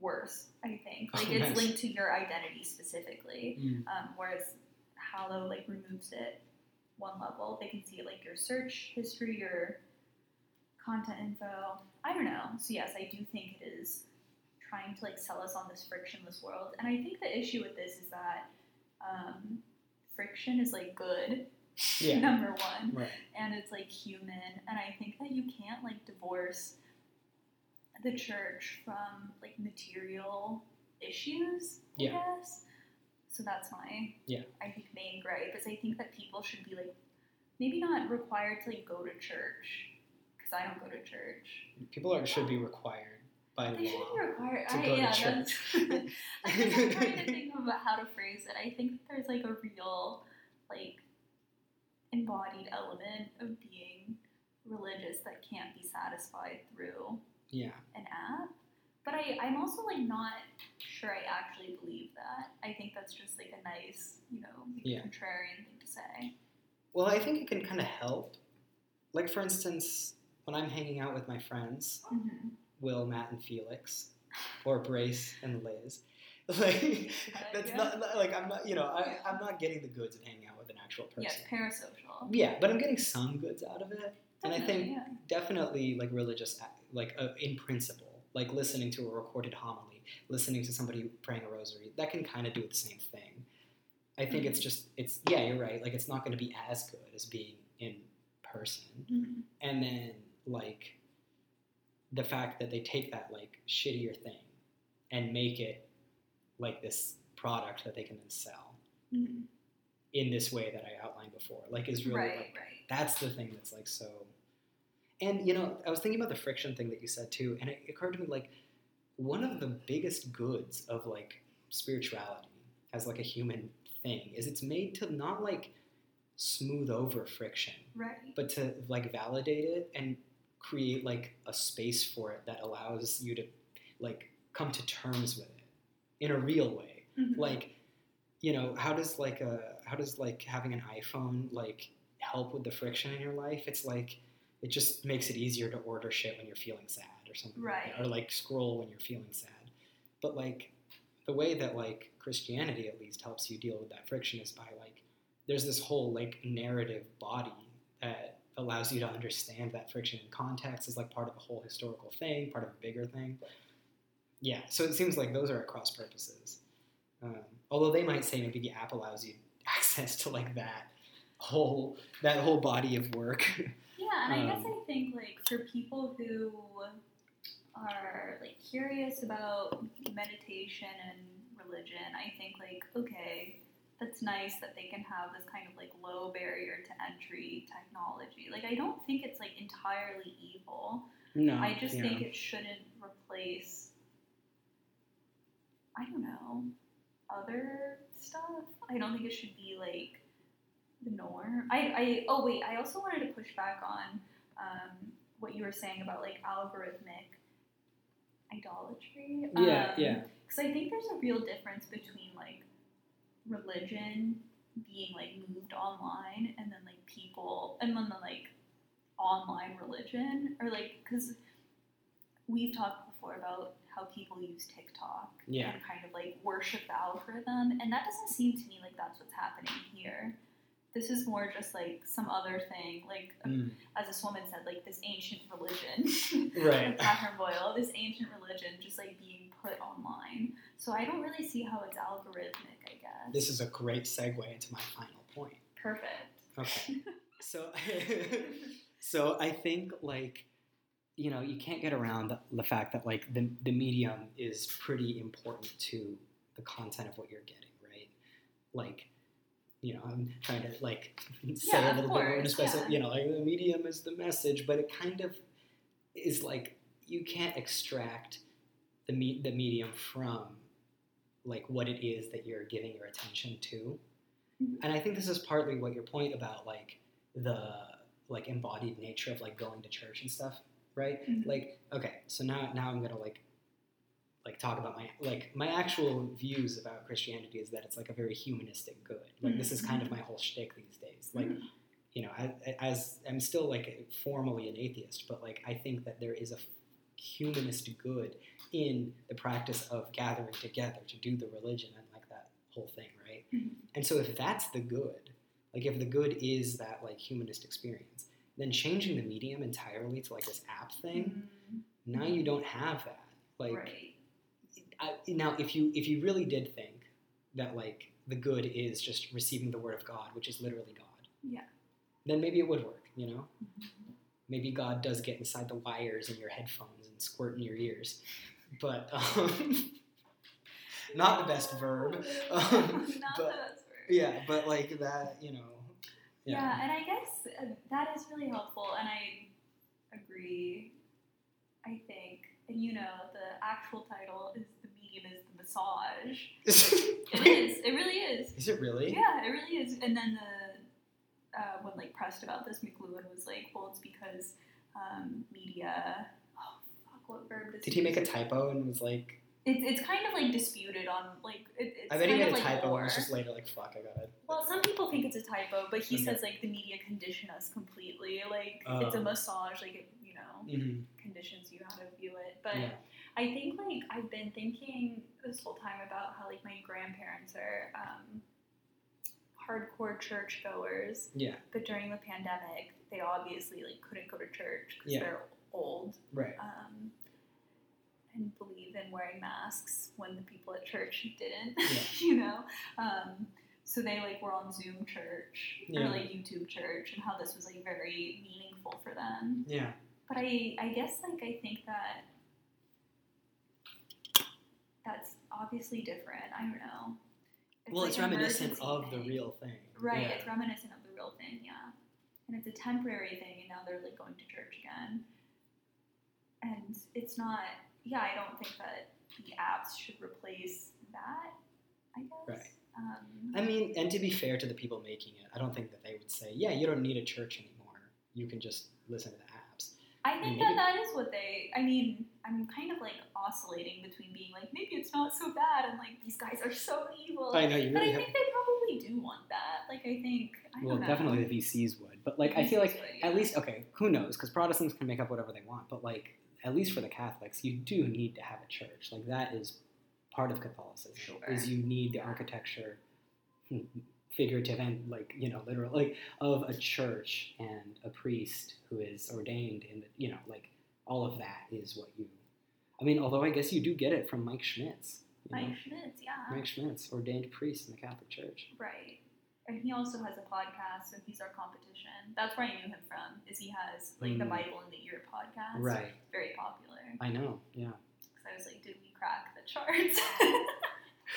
worse, I think. Like
Oh,
it's
nice.
linked to your identity specifically,
Mm.
um, whereas Hallow like removes it one level. They can see like your search history, your content info. I don't know. So yes, I do think it is trying to like sell us on this frictionless world, and I think the issue with this is that um, friction is like good.
Yeah.
Number one
Right.
and it's like human and i think that you can't like divorce the church from like material issues
Yeah.
i guess so that's my
Yeah.
i think main gripe is i think that people should be like maybe not required to like go to church because i don't go to church
People are, should be required by
they should be
law.
required
Oh, to
I,
go to
yeah,
church.
that's i'm trying to think of how to phrase it i think that there's like a real like embodied element of being religious that can't be satisfied through
Yeah.
an app but I, i'm also like not sure i actually believe that i think that's just like a nice you know like,
Yeah.
contrarian thing to say
Well, I think it can kind of help. Like, for instance, when I'm hanging out with my friends,
Mhm.
Will, Matt, and Felix, or Brace and Liz. Like that's
yeah.
not not- like I'm not you know I, I'm not getting the goods of hanging out with an actual person.
yeah it's parasocial
Yeah, but I'm getting some goods out of it, and I
Definitely,
think
yeah.
definitely like religious act- like uh, in principle, like listening to a recorded homily, listening to somebody praying a rosary, that can kind of do the same thing. I think it's just it's yeah you're right like it's not going to be as good as being in person
Mhm.
and then like the fact that they take that like shittier thing and make it like this product that they can then sell
Mhm.
in this way that I outlined before like is really
right
like
right
that's the thing that's like so and you know I was thinking about the friction thing that you said too and it occurred to me like one of the biggest goods of like spirituality as like a human thing is it's made to not like smooth over friction
right
but to like validate it and create like a space for it that allows you to like come to terms with it in a real way
Mhm.
like you know how does like a how does like having an iphone like help with the friction in your life it's like it just makes it easier to order shit when you're feeling sad or something like that,
Right.
or like scroll when you're feeling sad but like the way that like christianity at least helps you deal with that friction is by like there's this whole like narrative body that allows you to understand that friction in context is like part of a whole historical thing, part of a bigger thing. Yeah, so it seems like those are at cross purposes. Um, although they might say maybe the app allows you access to like that whole that whole body of work.
Yeah, and I guess
Um,
I think like for people who are like curious about meditation and religion, I think like okay, that's nice that they can have this kind of like low barrier to entry technology. Like I don't think it's like entirely evil.
no,
I just think it shouldn't replace I don't know, other stuff. I don't think it should be like the norm. I, I oh wait, I also wanted to push back on um, what you were saying about like algorithmic idolatry.
yeah, yeah,
Because I think there's a real difference between like religion being like moved online and then like people and then the like online religion or like because we've talked before about how people use TikTok
Yeah.
and kind of like worship the algorithm and that doesn't seem to me like that's what's happening here. This is more just like some other thing, like
Mm,
as this woman said, like this ancient religion.
right.
Catherine Boyle, this ancient religion just like being put online. So I don't really see how it's algorithmic, I guess.
This is a great segue into my final point.
Perfect.
Okay, so. So I think like you know you can't get around the, the fact that like the the medium is pretty important to the content of what you're getting, right? Like you know I'm trying to like say
Yeah,
a
of
little bit more
course,
specific.
yeah.
You know, like the medium is the message, but it kind of is like you can't extract the me- the medium from like what it is that you're giving your attention to.
Mhm.
And I think this is partly what your point about like the like embodied nature of like going to church and stuff, right?
Mhm.
Like, okay, so now now I'm gonna like like talk about my like my actual views about Christianity is that it's like a very humanistic good. Like this is kind of my whole shtick these days. Like
Mhm.
you know, as, as I'm still like formally an atheist, but like I think that there is a humanist good in the practice of gathering together to do the religion and like that whole thing, right?
Mhm.
And so if that's the good, like if the good is that like humanist experience, then changing the medium entirely to like this app thing,
Mm,
now you don't have that. Like
right.
I, now if you if you really did think that like the good is just receiving the word of God, which is literally God,
Yeah.
then maybe it would work, you know?
Mhm.
Maybe God does get inside the wires in your headphones and squirt in your ears, but um, not the best verb. Um,
Not
but-
the best word.
Yeah, but like that, you know.
Yeah. and I guess uh, that is really helpful, and I agree. I think, and you know, the actual title is the medium is the massage. It is. It really is.
Is it really?
Yeah, it really is. And then the uh, when like pressed about this, McLuhan was like, "Well, it's because um, media." Oh fuck, what verb does
Did he make a
use?
typo and was like?
It's it's kind of like disputed on like it, it's
I bet he
kind
made
of
a
like
typo and was
lore.
just later like, "Fuck, I got it."
Well, some people think it's a typo, but he
Okay.
says like the media condition us completely. Like
Oh.
it's a massage, like it, you know,
Mm-hmm.
conditions you how to view it. But
Yeah.
I think like I've been thinking this whole time about how like my grandparents are um, hardcore churchgoers,
Yeah.
but during the pandemic, they obviously like couldn't go to church because
Yeah.
they're old
Right.
um, and believe in wearing masks when the people at church didn't,
Yeah.
you know. Um, so they like were on Zoom church
Yeah.
or like YouTube church, and how this was like very meaningful for them.
Yeah.
But I, I guess like I think that that's obviously different. I don't know.
Well,
like,
it's
an
reminiscent
emergency
of the
thing.
real thing.
Right,
Yeah.
it's reminiscent of the real thing, yeah. And it's a temporary thing, and now they're like going to church again. And it's not, yeah, I don't think that the apps should replace that, I guess.
Right.
Um,
I mean, and to be fair to the people making it, I don't think that they would say, "Yeah, you don't need a church anymore. You can just listen to the apps."
I think
maybe-
that that is what they, I mean, I'm kind of like oscillating between being like, maybe it's not so bad, and like, these guys are so evil.
I know you
but I
really have.
think they probably do want that. Like, I think, I
Well,
don't know.
definitely the VCs would, but like I feel like at least okay, who knows? Because Protestants can make up whatever they want, but like at least for the Catholics, you do need to have a church. Like that is part of Catholicism.
Sure.
Is you need the architecture, hmm, figurative and like you know literal, like of a church and a priest who is ordained in the you know like all of that is what you. I mean, although I guess you do get it from Mike Schmitz. You know?
Mike Schmitz, yeah.
Mike Schmitz, ordained priest in the Catholic Church.
Right. And he also has a podcast, so he's our competition. That's where I knew him from, is he has like the
Mm.
Bible in the Ear podcast.
Right.
Very popular.
I know. Yeah.
Because I was like, did we crack the charts?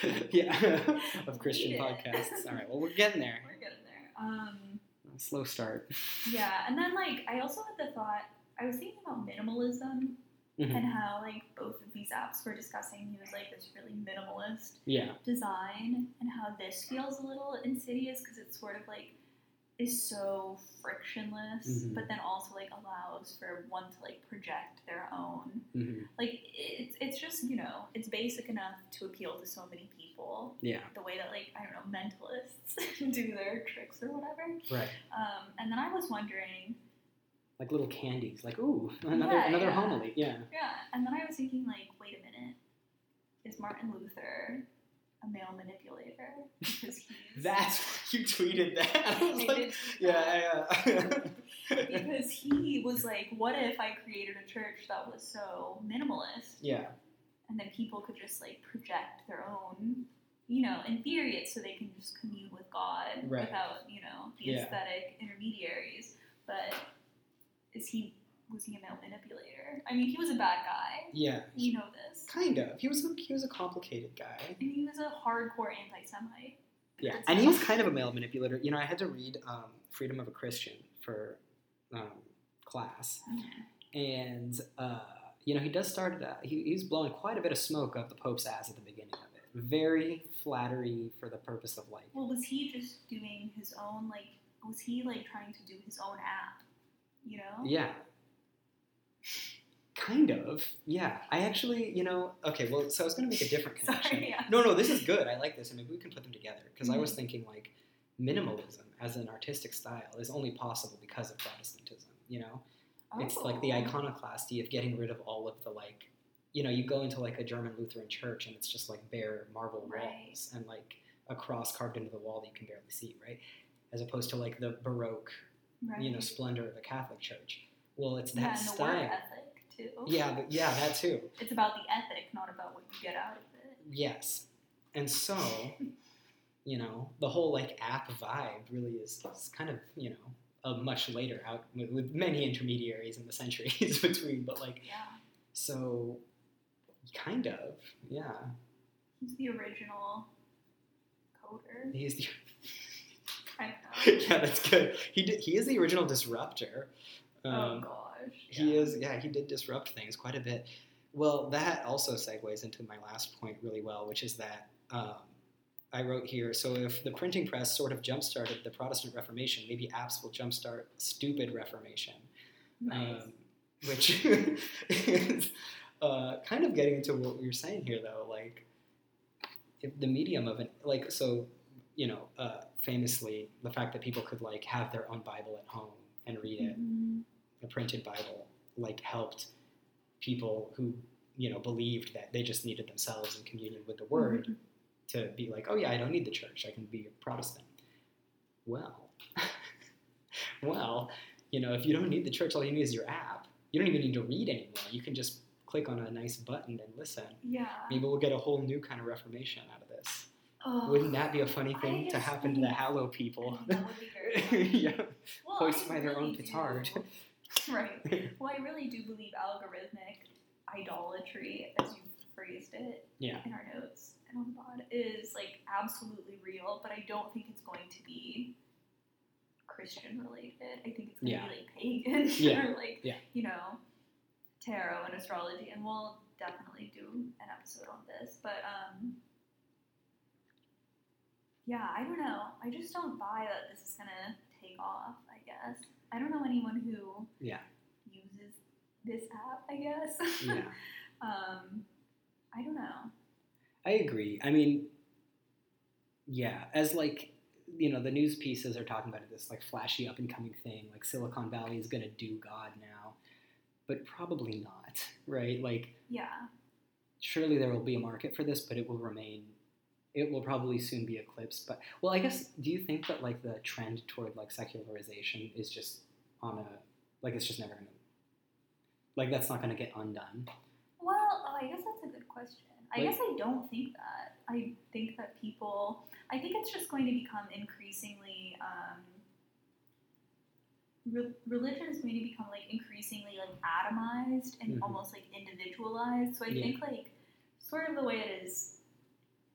yeah, of Christian
Yeah.
podcasts. All right, well, we're getting there.
We're getting there. Um,
Slow start.
yeah, and then like I also had the thought I was thinking about minimalism
Mhm.
and how like both of these apps were discussing he was like this really minimalist
Yeah,
design and how this feels a little insidious because it's sort of like is so frictionless
Mhm.
but then also like allows for one to like project their own
hmm
like it's it's just you know it's basic enough to appeal to so many people
yeah,
the way that like i don't know mentalists do their tricks or whatever
right.
um, and then i was wondering
Like little candies. Like ooh, another
Yeah,
another
yeah.
homily. Yeah.
yeah and then i was thinking like wait a minute is martin luther a male manipulator because he's
That's you tweeted that. I was
I
like,
did
yeah, uh, yeah. yeah.
because he was like, "What if I created a church that was so minimalist,
yeah,
and then people could just like project their own, you know, in theory, it's so they can just commune with God
Right.
without, you know, the
Yeah.
aesthetic intermediaries." But is he was he a male manipulator? I mean, he was a bad guy.
yeah.
We know this.
Kind of. He was a, he was a complicated guy.
And he was a hardcore anti-Semite.
Yeah, and he was kind of a male manipulator. You know, I had to read um, Freedom of a Christian for um, class, and uh, you know, he does start it out. He, he's blowing quite a bit of smoke up the Pope's ass at the beginning of it. Very flattery for the purpose of like,
Well, was he just doing his own like? Was he like trying to do his own app? You know.
yeah, kind of, yeah. I actually, you know, okay. Well, so I was going to make a different connection.
Sorry. Yeah. Mm-hmm.
No, no, this is good. I like this, and maybe we can put them together because I was thinking like minimalism as an artistic style is only possible because of Protestantism. You know, it's like
Oh,
the iconoclasty of getting rid of all of the like, you know, you go into like a German Lutheran church and it's just like bare marble walls
Right.
and like a cross carved into the wall that you can barely see, right? As opposed to like the Baroque,
right.
you know, splendor of a Catholic church. Well, it's that
yeah, and the
style.
work ethic too.
yeah, but, yeah, that too.
It's about the ethic, not about what you get out of it.
Yes. And so, you know, the whole like app vibe really is, is kind of, you know, a much later out with, with many intermediaries in the centuries between, but like,
Yeah.
so kind of, yeah.
He's the original coder.
He's the,
Kind of.
yeah, that's good. He did, he is the original disruptor.
oh
Um,
gosh.
He
Yeah.
is, yeah, he did disrupt things quite a bit. Well, that also segues into my last point really well, which is that um, I wrote here so if the printing press sort of jump started the Protestant Reformation, maybe apps will jumpstart stupid Reformation,
Nice.
um, which is uh, kind of getting into what we were saying here, though. Like, if the medium of an, like, so, you know, uh, famously, the fact that people could, like, have their own Bible at home and read it
Mhm.
the printed Bible like helped people who you know believed that they just needed themselves in communion with the Word to be like, oh yeah, I don't need the church. I can be a Protestant. Well, well, you know, if you don't need the church, all you need is your app. You don't even need to read anymore. You can just click on a nice button and listen.
Yeah.
Maybe we'll get a whole new kind of reformation out of this.
Oh,
Wouldn't that be a funny
I
thing to
just
happen to
think-
the Hallow
I
people?
think that would be very funny.
yeah.
Well,
Hoist
I
by their own
do-
petard.
right. Well, I really do believe algorithmic idolatry, as you phrased it
Yeah.
in our notes and on the pod, is like absolutely real, but I don't think it's going to be Christian related. I think it's going
Yeah.
to be like pagan
Yeah.
or like,
Yeah.
you know, tarot and astrology. And we'll definitely do an episode on this, but, um, yeah, I don't know. I just don't buy that this is gonna take off, I guess. I don't know anyone who
Yeah.
uses this app, I guess.
Yeah.
um I don't know.
I agree. I mean, yeah, as like you know, the news pieces are talking about this like flashy up and coming thing, like Silicon Valley is gonna do God now, but probably not, right? Like,
Yeah.
surely there will be a market for this, but it will remain. It will probably soon be eclipsed. But well, I guess do you think that like the trend toward like secularization is just on a like it's just never gonna like that's not gonna get undone?
Well, oh, I guess that's a good question. I
Like-
guess I don't think that. I think that people. I think it's just going to become increasingly. Um, re- religion is going to become like increasingly like atomized and
Mhm.
almost like individualized. So I
Yeah.
think like sort of the way it is,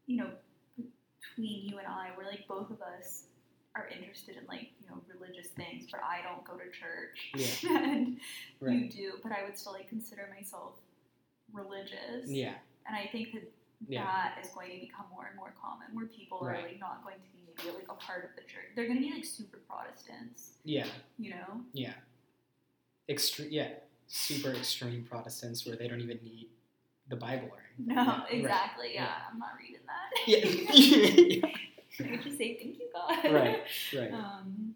you know, between you and I, we're like both of us are interested in like you know religious things, but I don't go to church. and you do, but I would still like consider myself religious.
Yeah.
And I think that
Yeah.
that is going to become more and more common, where people
Right.
are like not going to be maybe like a part of the church. They're going to be like super Protestants,
Yeah.
you know?
Yeah. Extreme. Yeah. Super extreme Protestants where they don't even need the Bible or anything.
No,
Yeah, right.
exactly. Yeah,
yeah.
I'm not reading that.
Yeah.
I just say thank you, God.
right. Right.
Um,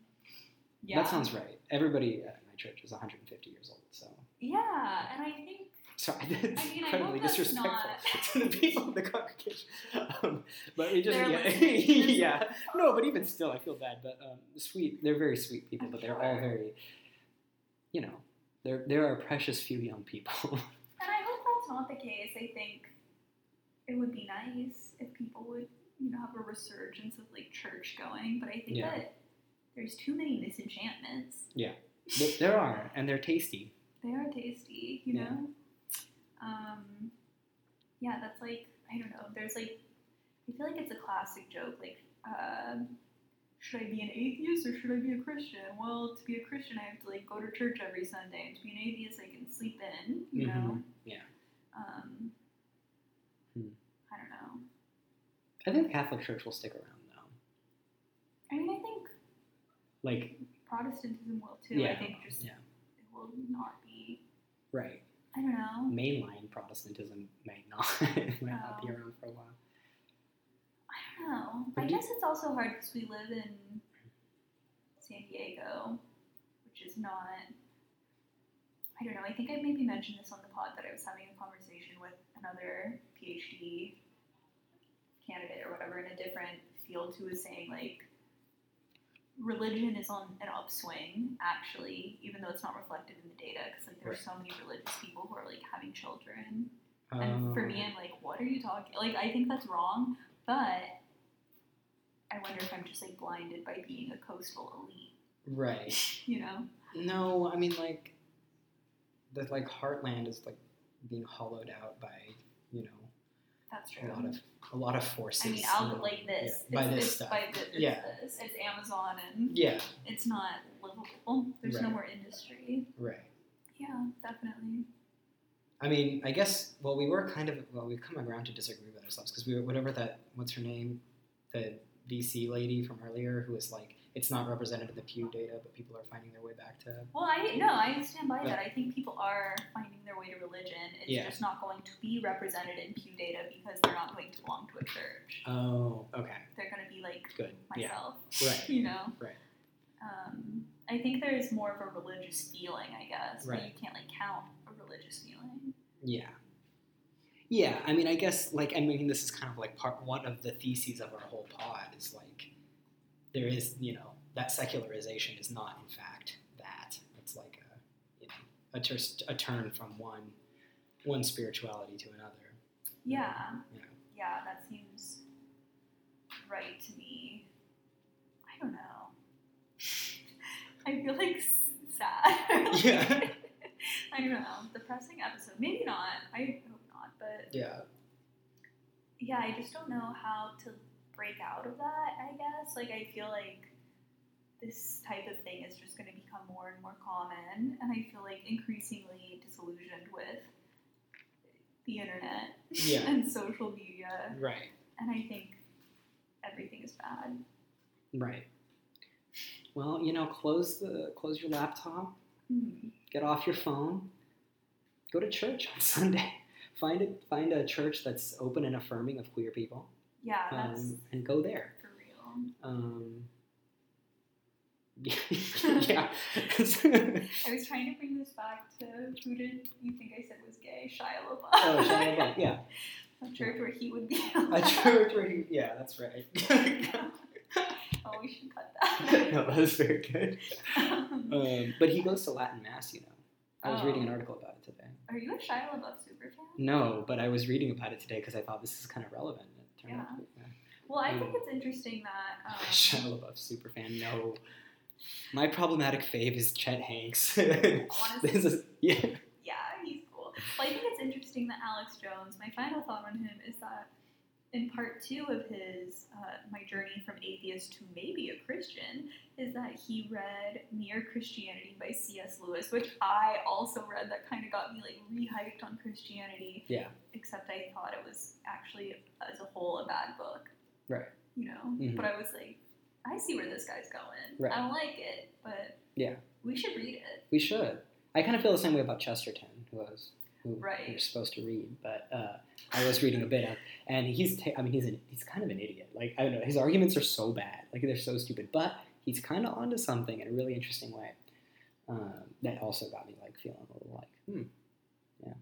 yeah.
That sounds right. Everybody at my church is 150 years old, so
yeah, and I think
sorry. That's
I hope
incredibly
that's
disrespectful
not-
to the people in the congregation. Um, but it just
They're
yeah,
listening to this.
yeah. No, but even still, I feel bad. But um, sweet, they're very sweet people,
I'm
but they're all
sure.
very, you know, there there are precious few young people.
And I hope that's not the case. I think it would be nice if people would, you know, have a resurgence of like church going, but I think
Yeah.
that there's too many misenchantments.
There- there are, and they're tasty.
They are tasty, you
Yeah.
know? Um, yeah, that's like, I don't know, there's like, I feel like it's a classic joke, like, um, should I be an atheist or should I be a Christian? Well, to be a Christian, I have to like go to church every Sunday, and to be an atheist, I can sleep in, you know?
Mhm, yeah.
Um,
Hmm.
I don't know.
I think the Catholic Church will stick around though.
I mean, I think
Like,
Protestantism will too. I
yeah,
think just
yeah,
it will not be.
right.
I don't know. Oh.
Mainline Protestantism might not might not be
No.
around for a while.
I don't know. Oh, I
Mhm.
guess it's also hard because we live in San Diego, which is not. I don't know. I think I maybe mentioned this on the pod that I was having a conversation with another PhD candidate or whatever in a different field who was saying like religion is on an upswing actually, even though it's not reflected in the data because like there are so many religious people who are like having children
Oh.
and for
Um,
me, I'm like, what are you talking? Like, I think that's wrong, but I wonder if I'm just like blinded by being a coastal elite,
right.
you know?
No, I mean like the like heartland is like being hollowed out by you know
That's
a
true.
lot of a lot of forces.
I mean,
you know,
out like this.
yeah, by
it's,
this
it's
stuff.
By the, it's
Yeah.
this. It's Amazon, and
Yeah,
it's not livable. There's no
Right.
more industry.
right.
Yeah, definitely.
I mean, I guess well, we were kind of well, we come around to disagree with ourselves because we were whatever that what's her name, the DC lady from earlier who was like it's not represented in the Pew data, but people are finding their way back to
Well, I no, I stand by
But-
that. I think people are finding their way to religion. It's
Yeah.
just not going to be represented in Pew data because they're not going to belong to a church.
oh okay
They're going to be like
good yeah
myself.
Right.
You know.
Right.
Um, I think there is more of a religious feeling, I guess. but You
Right.
can't like count a religious feeling.
yeah yeah I mean I guess like I mean this is kind of like part one of the theses of our whole pod is like there is you know that secularization is not in fact that it's like a you know a, ter- a turn from one one spirituality to another
Yeah.
Yeah.
Yeah, that seems right to me. I don't know. I feel like s- sad.
Yeah.
I don't know. Depressing episode. Maybe not. I hope not. But
Yeah.
yeah, I just don't know how to break out of that, I guess. Like, I feel like this type of thing is just going to become more and more common, and I feel like increasingly disillusioned with the internet
Yeah.
and social media,
Right.
and I think everything is bad.
Right. Well, you know, close the close your laptop,
Hmm.
get off your phone, go to church on Sunday. Find a find a church that's open and affirming of queer people,
Yeah, that's
um, and go there.
for real.
Um, yeah. oh,
I was trying to bring this back to who did you think I said was gay? Shia LaBeouf.
Oh, Shia LaBeouf, yeah.
A church where he would be.
A church where you, yeah, that's right.
oh, we should cut that.
no, that was very good.
Um,
Um, but he goes to Latin Mass, you know. I was reading an
Oh.
article about it today.
Are you a Shia LaBeouf super fan?
No, but I was reading about it today because I thought this is kind of relevant. It turned out to be, yeah.
Well, I think
Mm.
it's interesting that. Um,
Shia LaBeouf superfan. No, my problematic fave is Chet Hanks. this
honestly,
is yeah,
yeah, he's cool. Well, I think it's interesting that Alex Jones. My final thought on him is that in part two of his uh, my journey from atheist to maybe a Christian is that he read Mere Christianity by C.S. Lewis, which I also read. That kind of got me like rehyped on Christianity.
Yeah.
Except I thought it was actually as a whole a bad book.
Right.
You know,
Mhm.
but I was like, I see where this guy's going.
Right.
I don't like it, but
Yeah.
we should read it.
we should. I kind of feel the same way about Chesterton, who I was who
Right.
you're supposed to read, but uh, I was reading a bit of, and he's ta- I mean he's an, he's kind of an idiot. Like I don't know, his arguments are so bad, like they're so stupid, but he's kind of onto something in a really interesting way. Um, that also got me like feeling a little like hmm.
Yeah,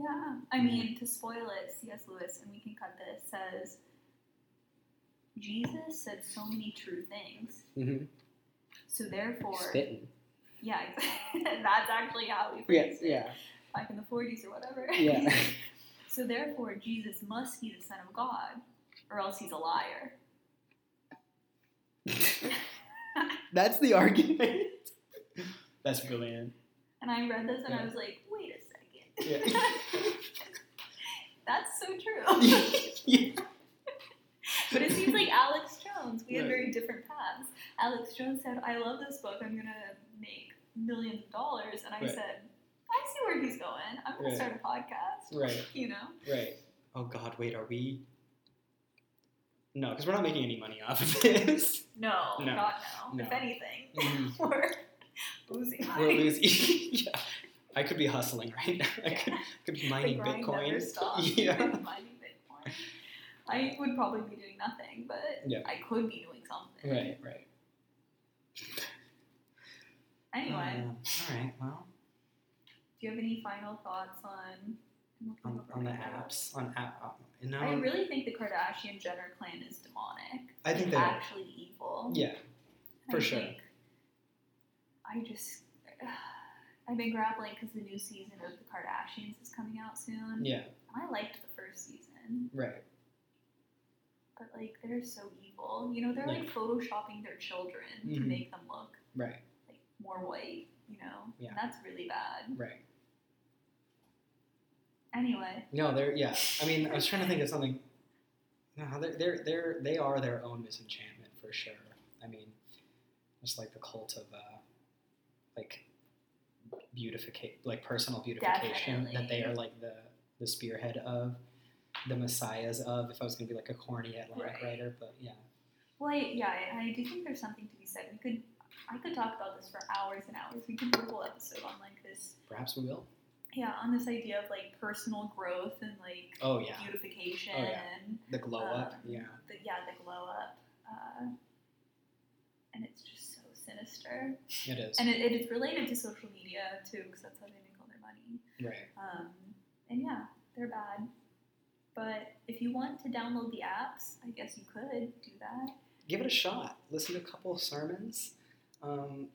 Mm.
I mean, to spoil it, C.S. Lewis, and we can cut this, says Jesus said so many true things.
Mm-hmm.
So therefore,
Spitting.
yeah, that's actually how we
Yeah,
phrased it
yeah,
back in the 40s or whatever.
yeah.
so therefore, Jesus must be the Son of God, or else he's a liar.
That's the argument. That's brilliant.
And I read this and I
Yeah.
was like, wait a second.
Yeah.
That's so true.
yeah.
But it seems like Alex Jones. We had
Right.
very different paths. Alex Jones said, "I love this book. I'm gonna make millions of dollars," and I
Right.
said, "I see where he's going. I'm gonna
Right.
start a podcast."
Right,
You know?
right. Oh God, wait, are we? No, because we're not making any money off of this.
No,
No.
God no.
No.
If anything,
Mhm.
we're losing
We're
money.
losing. yeah. I could be hustling right now. I could, could be
The
mining
grind never
Bitcoin.
stops.
Yeah.
Mining Bitcoin. I would probably be doing nothing, but
Yeah.
I could be doing something.
Right, right.
Anyway,
Um, all right, well,
do you have any final thoughts on
on, on the apps, on app, uh, you know,
I really think the Kardashian Jenner clan is demonic.
I think
Like,
they are.
actually evil.
yeah,
And
for
I
sure.
think- I just I've been grappling because the new season of the Kardashians is coming out soon.
yeah,
And I liked the first season,
right,
but like they're so evil. You know, they're
Yeah.
like photoshopping their children to
Mhm.
make them look
right,
like more white. You know,
Yeah.
that's really bad.
right.
Anyway,
No, they're yeah. I mean, I was trying to think of something. No, they're they're, they're they are their own misenchantment for sure. I mean, just like the cult of uh, like beautification, like personal beautification that they
Definitely.
are like the the spearhead of, the messiahs of. If I was gonna be like a corny Atlantic
Right.
writer, but yeah,
well, I, yeah, I, I do think there's something to be said. We could I could talk about this for hours and hours. We could do a whole episode on like this.
perhaps we will.
Yeah, on this idea of like personal growth and like
Oh yeah,
beautification
Oh, yeah.
and
the glow up.
Um,
Yeah,
the, yeah, the glow up. Uh, and it's just so sinister.
it is.
And it, it is related to social media too, because that's how they make all their money.
right.
Um, and yeah, they're bad. But if you want to download the apps, I guess you could do that.
Give it a shot. Listen to a couple of sermons, um,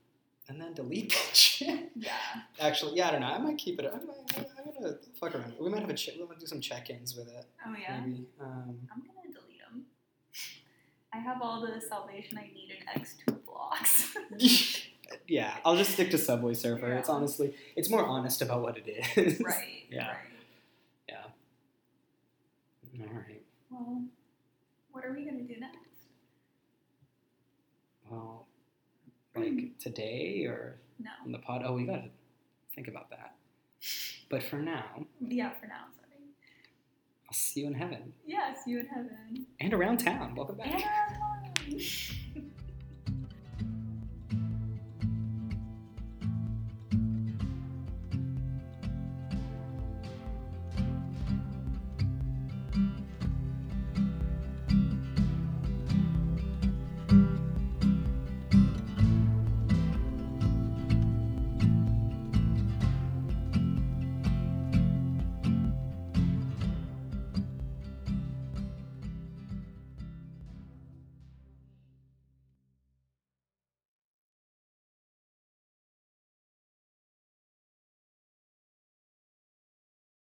and then delete that shit.
Yeah.
Actually, yeah, I don't know. I might keep it. I'm, I'm, I'm gonna fuck around. We might have a check. We might do some check-ins with it.
Oh yeah.
Maybe. Um,
I'm gonna delete them. I have all the salvation I need in X two blocks.
yeah, I'll just stick to Subway Surfer. It's
Yeah.
honestly, it's more honest about what it is.
right.
Yeah.
Right.
All right.
Well, what are we gonna do next?
Well, like today or
No.
on the pod. Oh, we gotta think about that. But for now,
Yeah, for now, sorry.
I'll see you in heaven
Yes, you in heaven.
and around town. Welcome back.
And our time.